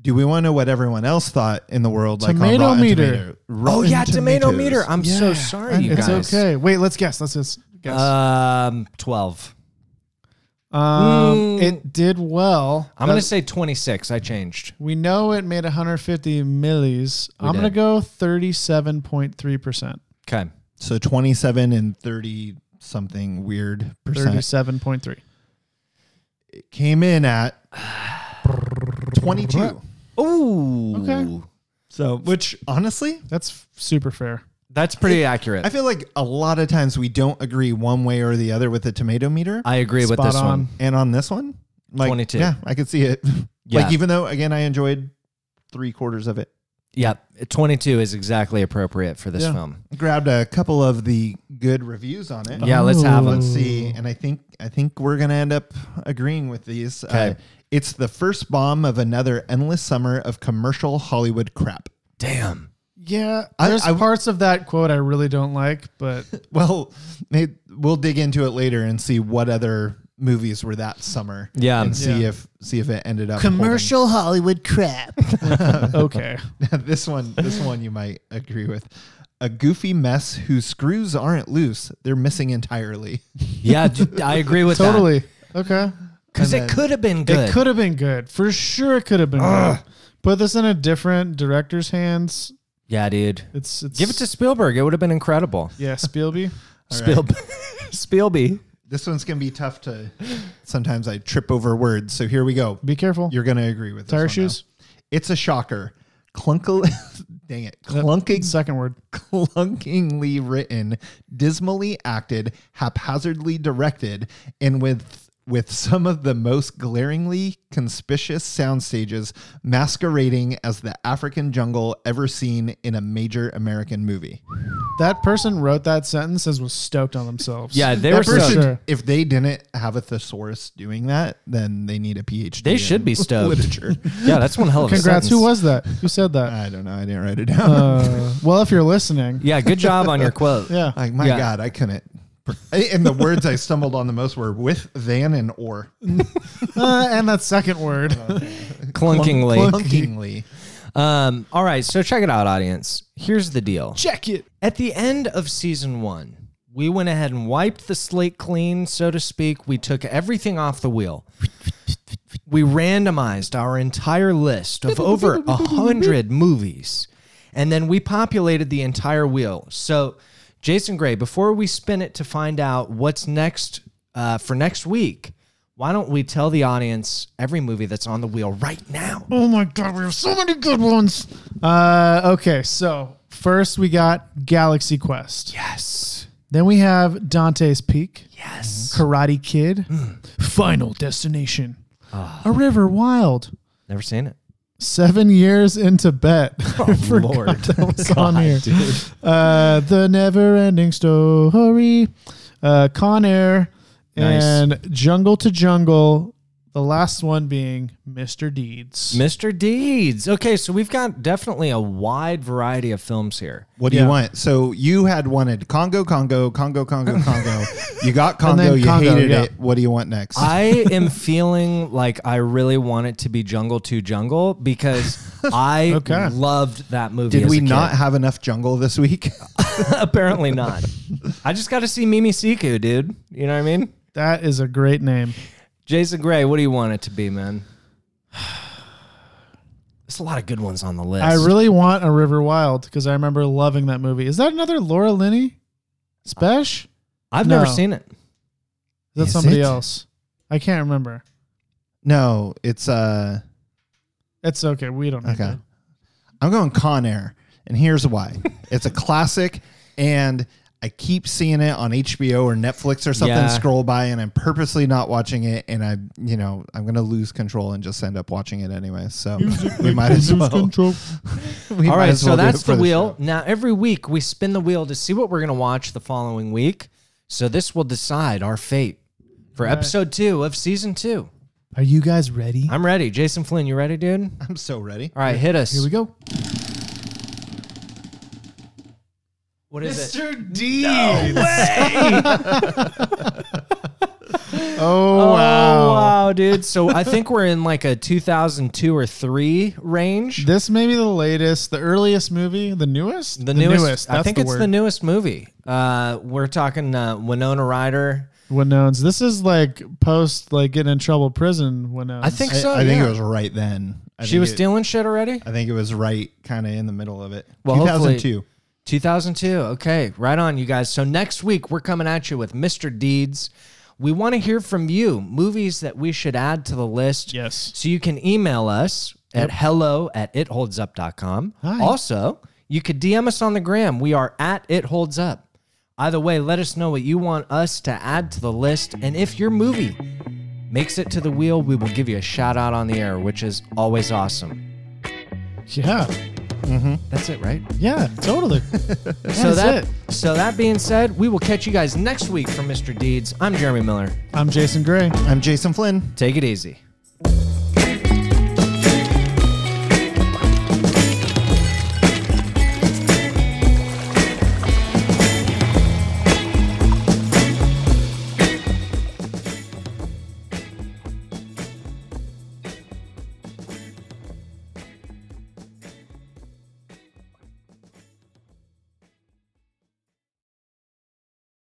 Speaker 3: Do we want to know what everyone else thought in the world? Like on
Speaker 2: Tomato
Speaker 3: Rotten
Speaker 2: meter.
Speaker 3: Tomato?
Speaker 1: Oh,
Speaker 3: Rotten
Speaker 1: yeah. Tomato
Speaker 3: Tomatoes.
Speaker 1: meter. I'm so sorry, you
Speaker 2: it's
Speaker 1: guys.
Speaker 2: okay. Wait, let's guess. Let's just guess.
Speaker 1: Um, 12.
Speaker 2: um, it did
Speaker 1: Uh,
Speaker 2: well.
Speaker 1: hmm.
Speaker 2: Uh,
Speaker 1: I'm going to say 26. I changed.
Speaker 2: We know it made 150 millis. I'm gonna
Speaker 1: did.
Speaker 2: go 37.3 percent.
Speaker 1: Okay.
Speaker 3: So 27 and 30 something weird percent
Speaker 2: 37.3.
Speaker 3: came in at 22.
Speaker 1: Ooh.
Speaker 2: Okay.
Speaker 3: So, which honestly,
Speaker 2: That's f- super fair.
Speaker 1: That's pretty accurate.
Speaker 3: I feel like a lot of times we don't agree one way or the other with the tomato meter.
Speaker 1: I agree with
Speaker 2: Spot
Speaker 1: this
Speaker 2: on.
Speaker 1: one.
Speaker 3: and on this one, like,
Speaker 1: 22.
Speaker 3: Yeah, I could see it.
Speaker 1: Yeah.
Speaker 3: Like, even though, again, I enjoyed three quarters of it.
Speaker 1: Yep. 22 is exactly appropriate for this
Speaker 2: Yeah.
Speaker 1: film.
Speaker 3: Grabbed a couple of the good reviews on it.
Speaker 1: Yeah, let's have
Speaker 3: let's
Speaker 1: them.
Speaker 3: see and i think i think we're gonna end up agreeing with these uh,
Speaker 1: Okay.
Speaker 3: it's the first bomb of another endless summer of commercial hollywood crap
Speaker 1: Damn.
Speaker 2: Yeah,
Speaker 3: I-
Speaker 2: there's
Speaker 3: I-
Speaker 2: parts of that quote I really don't like, but
Speaker 3: well may we'll dig into it later and see what other movies were that summer
Speaker 1: Yeah.
Speaker 3: and see
Speaker 2: Yeah.
Speaker 3: if see if it ended up
Speaker 2: Hollywood crap. okay.
Speaker 3: holding. this one this one you might agree with a goofy mess whose screws aren't loose they're missing entirely
Speaker 1: Yeah, d- I agree with that.
Speaker 2: Totally. Okay.
Speaker 1: Because
Speaker 3: And
Speaker 1: it
Speaker 3: then-
Speaker 1: could have been good.
Speaker 2: It could have been good. For sure it could have been good. Put this in a different director's hands.
Speaker 1: Yeah, dude.
Speaker 2: It's it's
Speaker 1: Give it to Spielberg. It would have been incredible.
Speaker 2: Yeah, Spielby.
Speaker 1: Spiel- Spielby.
Speaker 3: this one's gonna be tough to sometimes i trip over words so here we go
Speaker 2: Be careful.
Speaker 3: You're gonna agree with this
Speaker 2: Tire
Speaker 3: one,
Speaker 2: shoes?
Speaker 3: though. It's a shocker. Clunkle, dang it, clunking,
Speaker 2: Second word.
Speaker 3: clunkingly written, dismally acted, haphazardly directed, and with with some of the most glaringly conspicuous sound stages masquerading as the African jungle ever seen in a major American movie.
Speaker 2: That person wrote that sentence and was stoked on themselves.
Speaker 1: Yeah, they
Speaker 3: That
Speaker 1: were
Speaker 3: person,
Speaker 1: stoked.
Speaker 2: Sure.
Speaker 3: if they didn't have a thesaurus doing that, then they need a PhD.
Speaker 1: They should
Speaker 3: in
Speaker 1: be stoked.
Speaker 3: Literature.
Speaker 1: Yeah, that's one hell of
Speaker 2: Congrats.
Speaker 1: a sentence.
Speaker 2: Who was that? Who said that?
Speaker 3: I don't know. I didn't write it down.
Speaker 2: Uh, well, if you're listening,
Speaker 1: Yeah, good job on your quote.
Speaker 2: yeah.
Speaker 3: Like my
Speaker 1: Yeah.
Speaker 3: God, I couldn't. And the words I stumbled on the most were with, than, and or.
Speaker 2: Uh, and that second word.
Speaker 1: Uh, Clunkingly.
Speaker 3: Clunkingly.
Speaker 1: Um, all right, so check it out, audience. Here's the deal.
Speaker 2: Check it.
Speaker 1: At the end of season one, We went ahead and wiped the slate clean, so to speak. We took everything off the wheel. We randomized our entire list of over a hundred movies, and then we populated the entire wheel. So, Jason Gray, before we spin it to find out what's next uh, for next week, why don't we tell the audience every movie that's on the wheel right now?
Speaker 2: Oh my god, we have so many good ones. Uh, okay, so first we got Galaxy Quest.
Speaker 1: Yes.
Speaker 2: Then we have Dante's Peak,
Speaker 1: Yes. Mm.
Speaker 2: Karate Kid, Final Destination,
Speaker 1: Ah.
Speaker 2: A River Wild,
Speaker 1: Never seen it.
Speaker 2: Seven Years in Tibet.
Speaker 3: Oh,
Speaker 2: I forgot
Speaker 1: Lord.
Speaker 2: that was on here. Uh, the Never Ending Story, uh, Con Air,
Speaker 1: Nice.
Speaker 2: and Jungle to Jungle. The last one being Mr. Deeds.
Speaker 1: Mr. Deeds. Okay, so we've got definitely a wide variety of films here.
Speaker 3: What do
Speaker 2: Yeah.
Speaker 3: you want? So you had wanted Congo, Congo, Congo, Congo, Congo. you got Congo.
Speaker 2: then
Speaker 3: You
Speaker 2: Congo,
Speaker 3: hated
Speaker 2: yeah.
Speaker 3: it. What do you want next?
Speaker 1: I am feeling like I really want it to be Jungle to Jungle because I
Speaker 2: Okay.
Speaker 1: loved that movie.
Speaker 3: Did
Speaker 1: as
Speaker 3: we
Speaker 1: a kid.
Speaker 3: not have enough jungle this week?
Speaker 1: Apparently not. I just got to see Mimi Siku, dude. You know what I mean?
Speaker 2: That is a great name.
Speaker 1: Jason Gray, what do you want it to be, man? There's a lot of good ones on the list.
Speaker 2: I really want A River Wild because I remember loving that movie. Is that another Laura Linney special?
Speaker 1: I've
Speaker 2: No.
Speaker 1: never seen it.
Speaker 2: Is that
Speaker 3: Is
Speaker 2: somebody
Speaker 3: it?
Speaker 2: else? I can't remember.
Speaker 3: no, it's uh
Speaker 2: It's okay. We don't. need
Speaker 3: okay.
Speaker 2: to.
Speaker 3: I'm going Con Air, and here's why. it's a classic, and I keep seeing it on HBO or Netflix or something.
Speaker 1: Yeah.
Speaker 3: Scroll by, and I'm purposely not watching it, and I, you know, I'm gonna lose control and just end up watching it anyway. So we might as well. we
Speaker 1: All
Speaker 3: might
Speaker 1: right,
Speaker 3: as well
Speaker 1: so
Speaker 3: do it
Speaker 1: that's
Speaker 3: for
Speaker 1: the
Speaker 3: the
Speaker 1: wheel.
Speaker 3: show.
Speaker 1: Now, every week we spin the wheel to see what we're going to watch the following week. So this will decide our fate for episode two of season two.
Speaker 2: Are you guys ready?
Speaker 1: I'm ready. Jason Flynn, you ready, dude? All
Speaker 3: I'm so ready.
Speaker 1: right, hit us.
Speaker 2: Here we go.
Speaker 1: What is it?
Speaker 2: D. oh, wow.
Speaker 1: Oh, wow, dude. So I think we're in like a 2002 or 3 range.
Speaker 2: This may be the latest, the earliest movie, the newest,
Speaker 1: The newest, I
Speaker 2: that's
Speaker 1: think it's
Speaker 2: word.
Speaker 1: the newest movie. Uh, we're talking uh, Winona Ryder.
Speaker 2: Winon's. This is like post, like getting in trouble prison. Winon's.
Speaker 1: I think
Speaker 3: I,
Speaker 1: so.
Speaker 3: I think
Speaker 1: yeah.
Speaker 3: it was right then. I
Speaker 1: She
Speaker 3: think
Speaker 1: was
Speaker 3: it-
Speaker 1: stealing shit already.
Speaker 3: I think it was right kind of in the middle of it.
Speaker 1: Well, hopefully-
Speaker 3: 2002.
Speaker 1: 2002. Okay, right on, you guys. So next week, we're coming at you with Mr. Deeds. We want to hear from you movies that we should add to the list.
Speaker 2: Yes.
Speaker 1: So you can email us at hello at itholdsup.com.
Speaker 2: Hi.
Speaker 1: Also, you could DM us on the gram. We are at itholdsup. Either way, let us know what you want us to add to the list. And if your movie makes it to the wheel, we will give you a shout out on the air, which is always awesome.
Speaker 2: Yeah.
Speaker 1: That's it, right?
Speaker 2: Yeah. Totally.
Speaker 1: So
Speaker 2: That's
Speaker 1: that
Speaker 2: it.
Speaker 1: so that being said, we will catch you guys next week for Mr. Deeds. I'm Jeremy Miller.
Speaker 2: I'm Jason Gray.
Speaker 3: I'm Jason Flynn.
Speaker 1: Take it easy.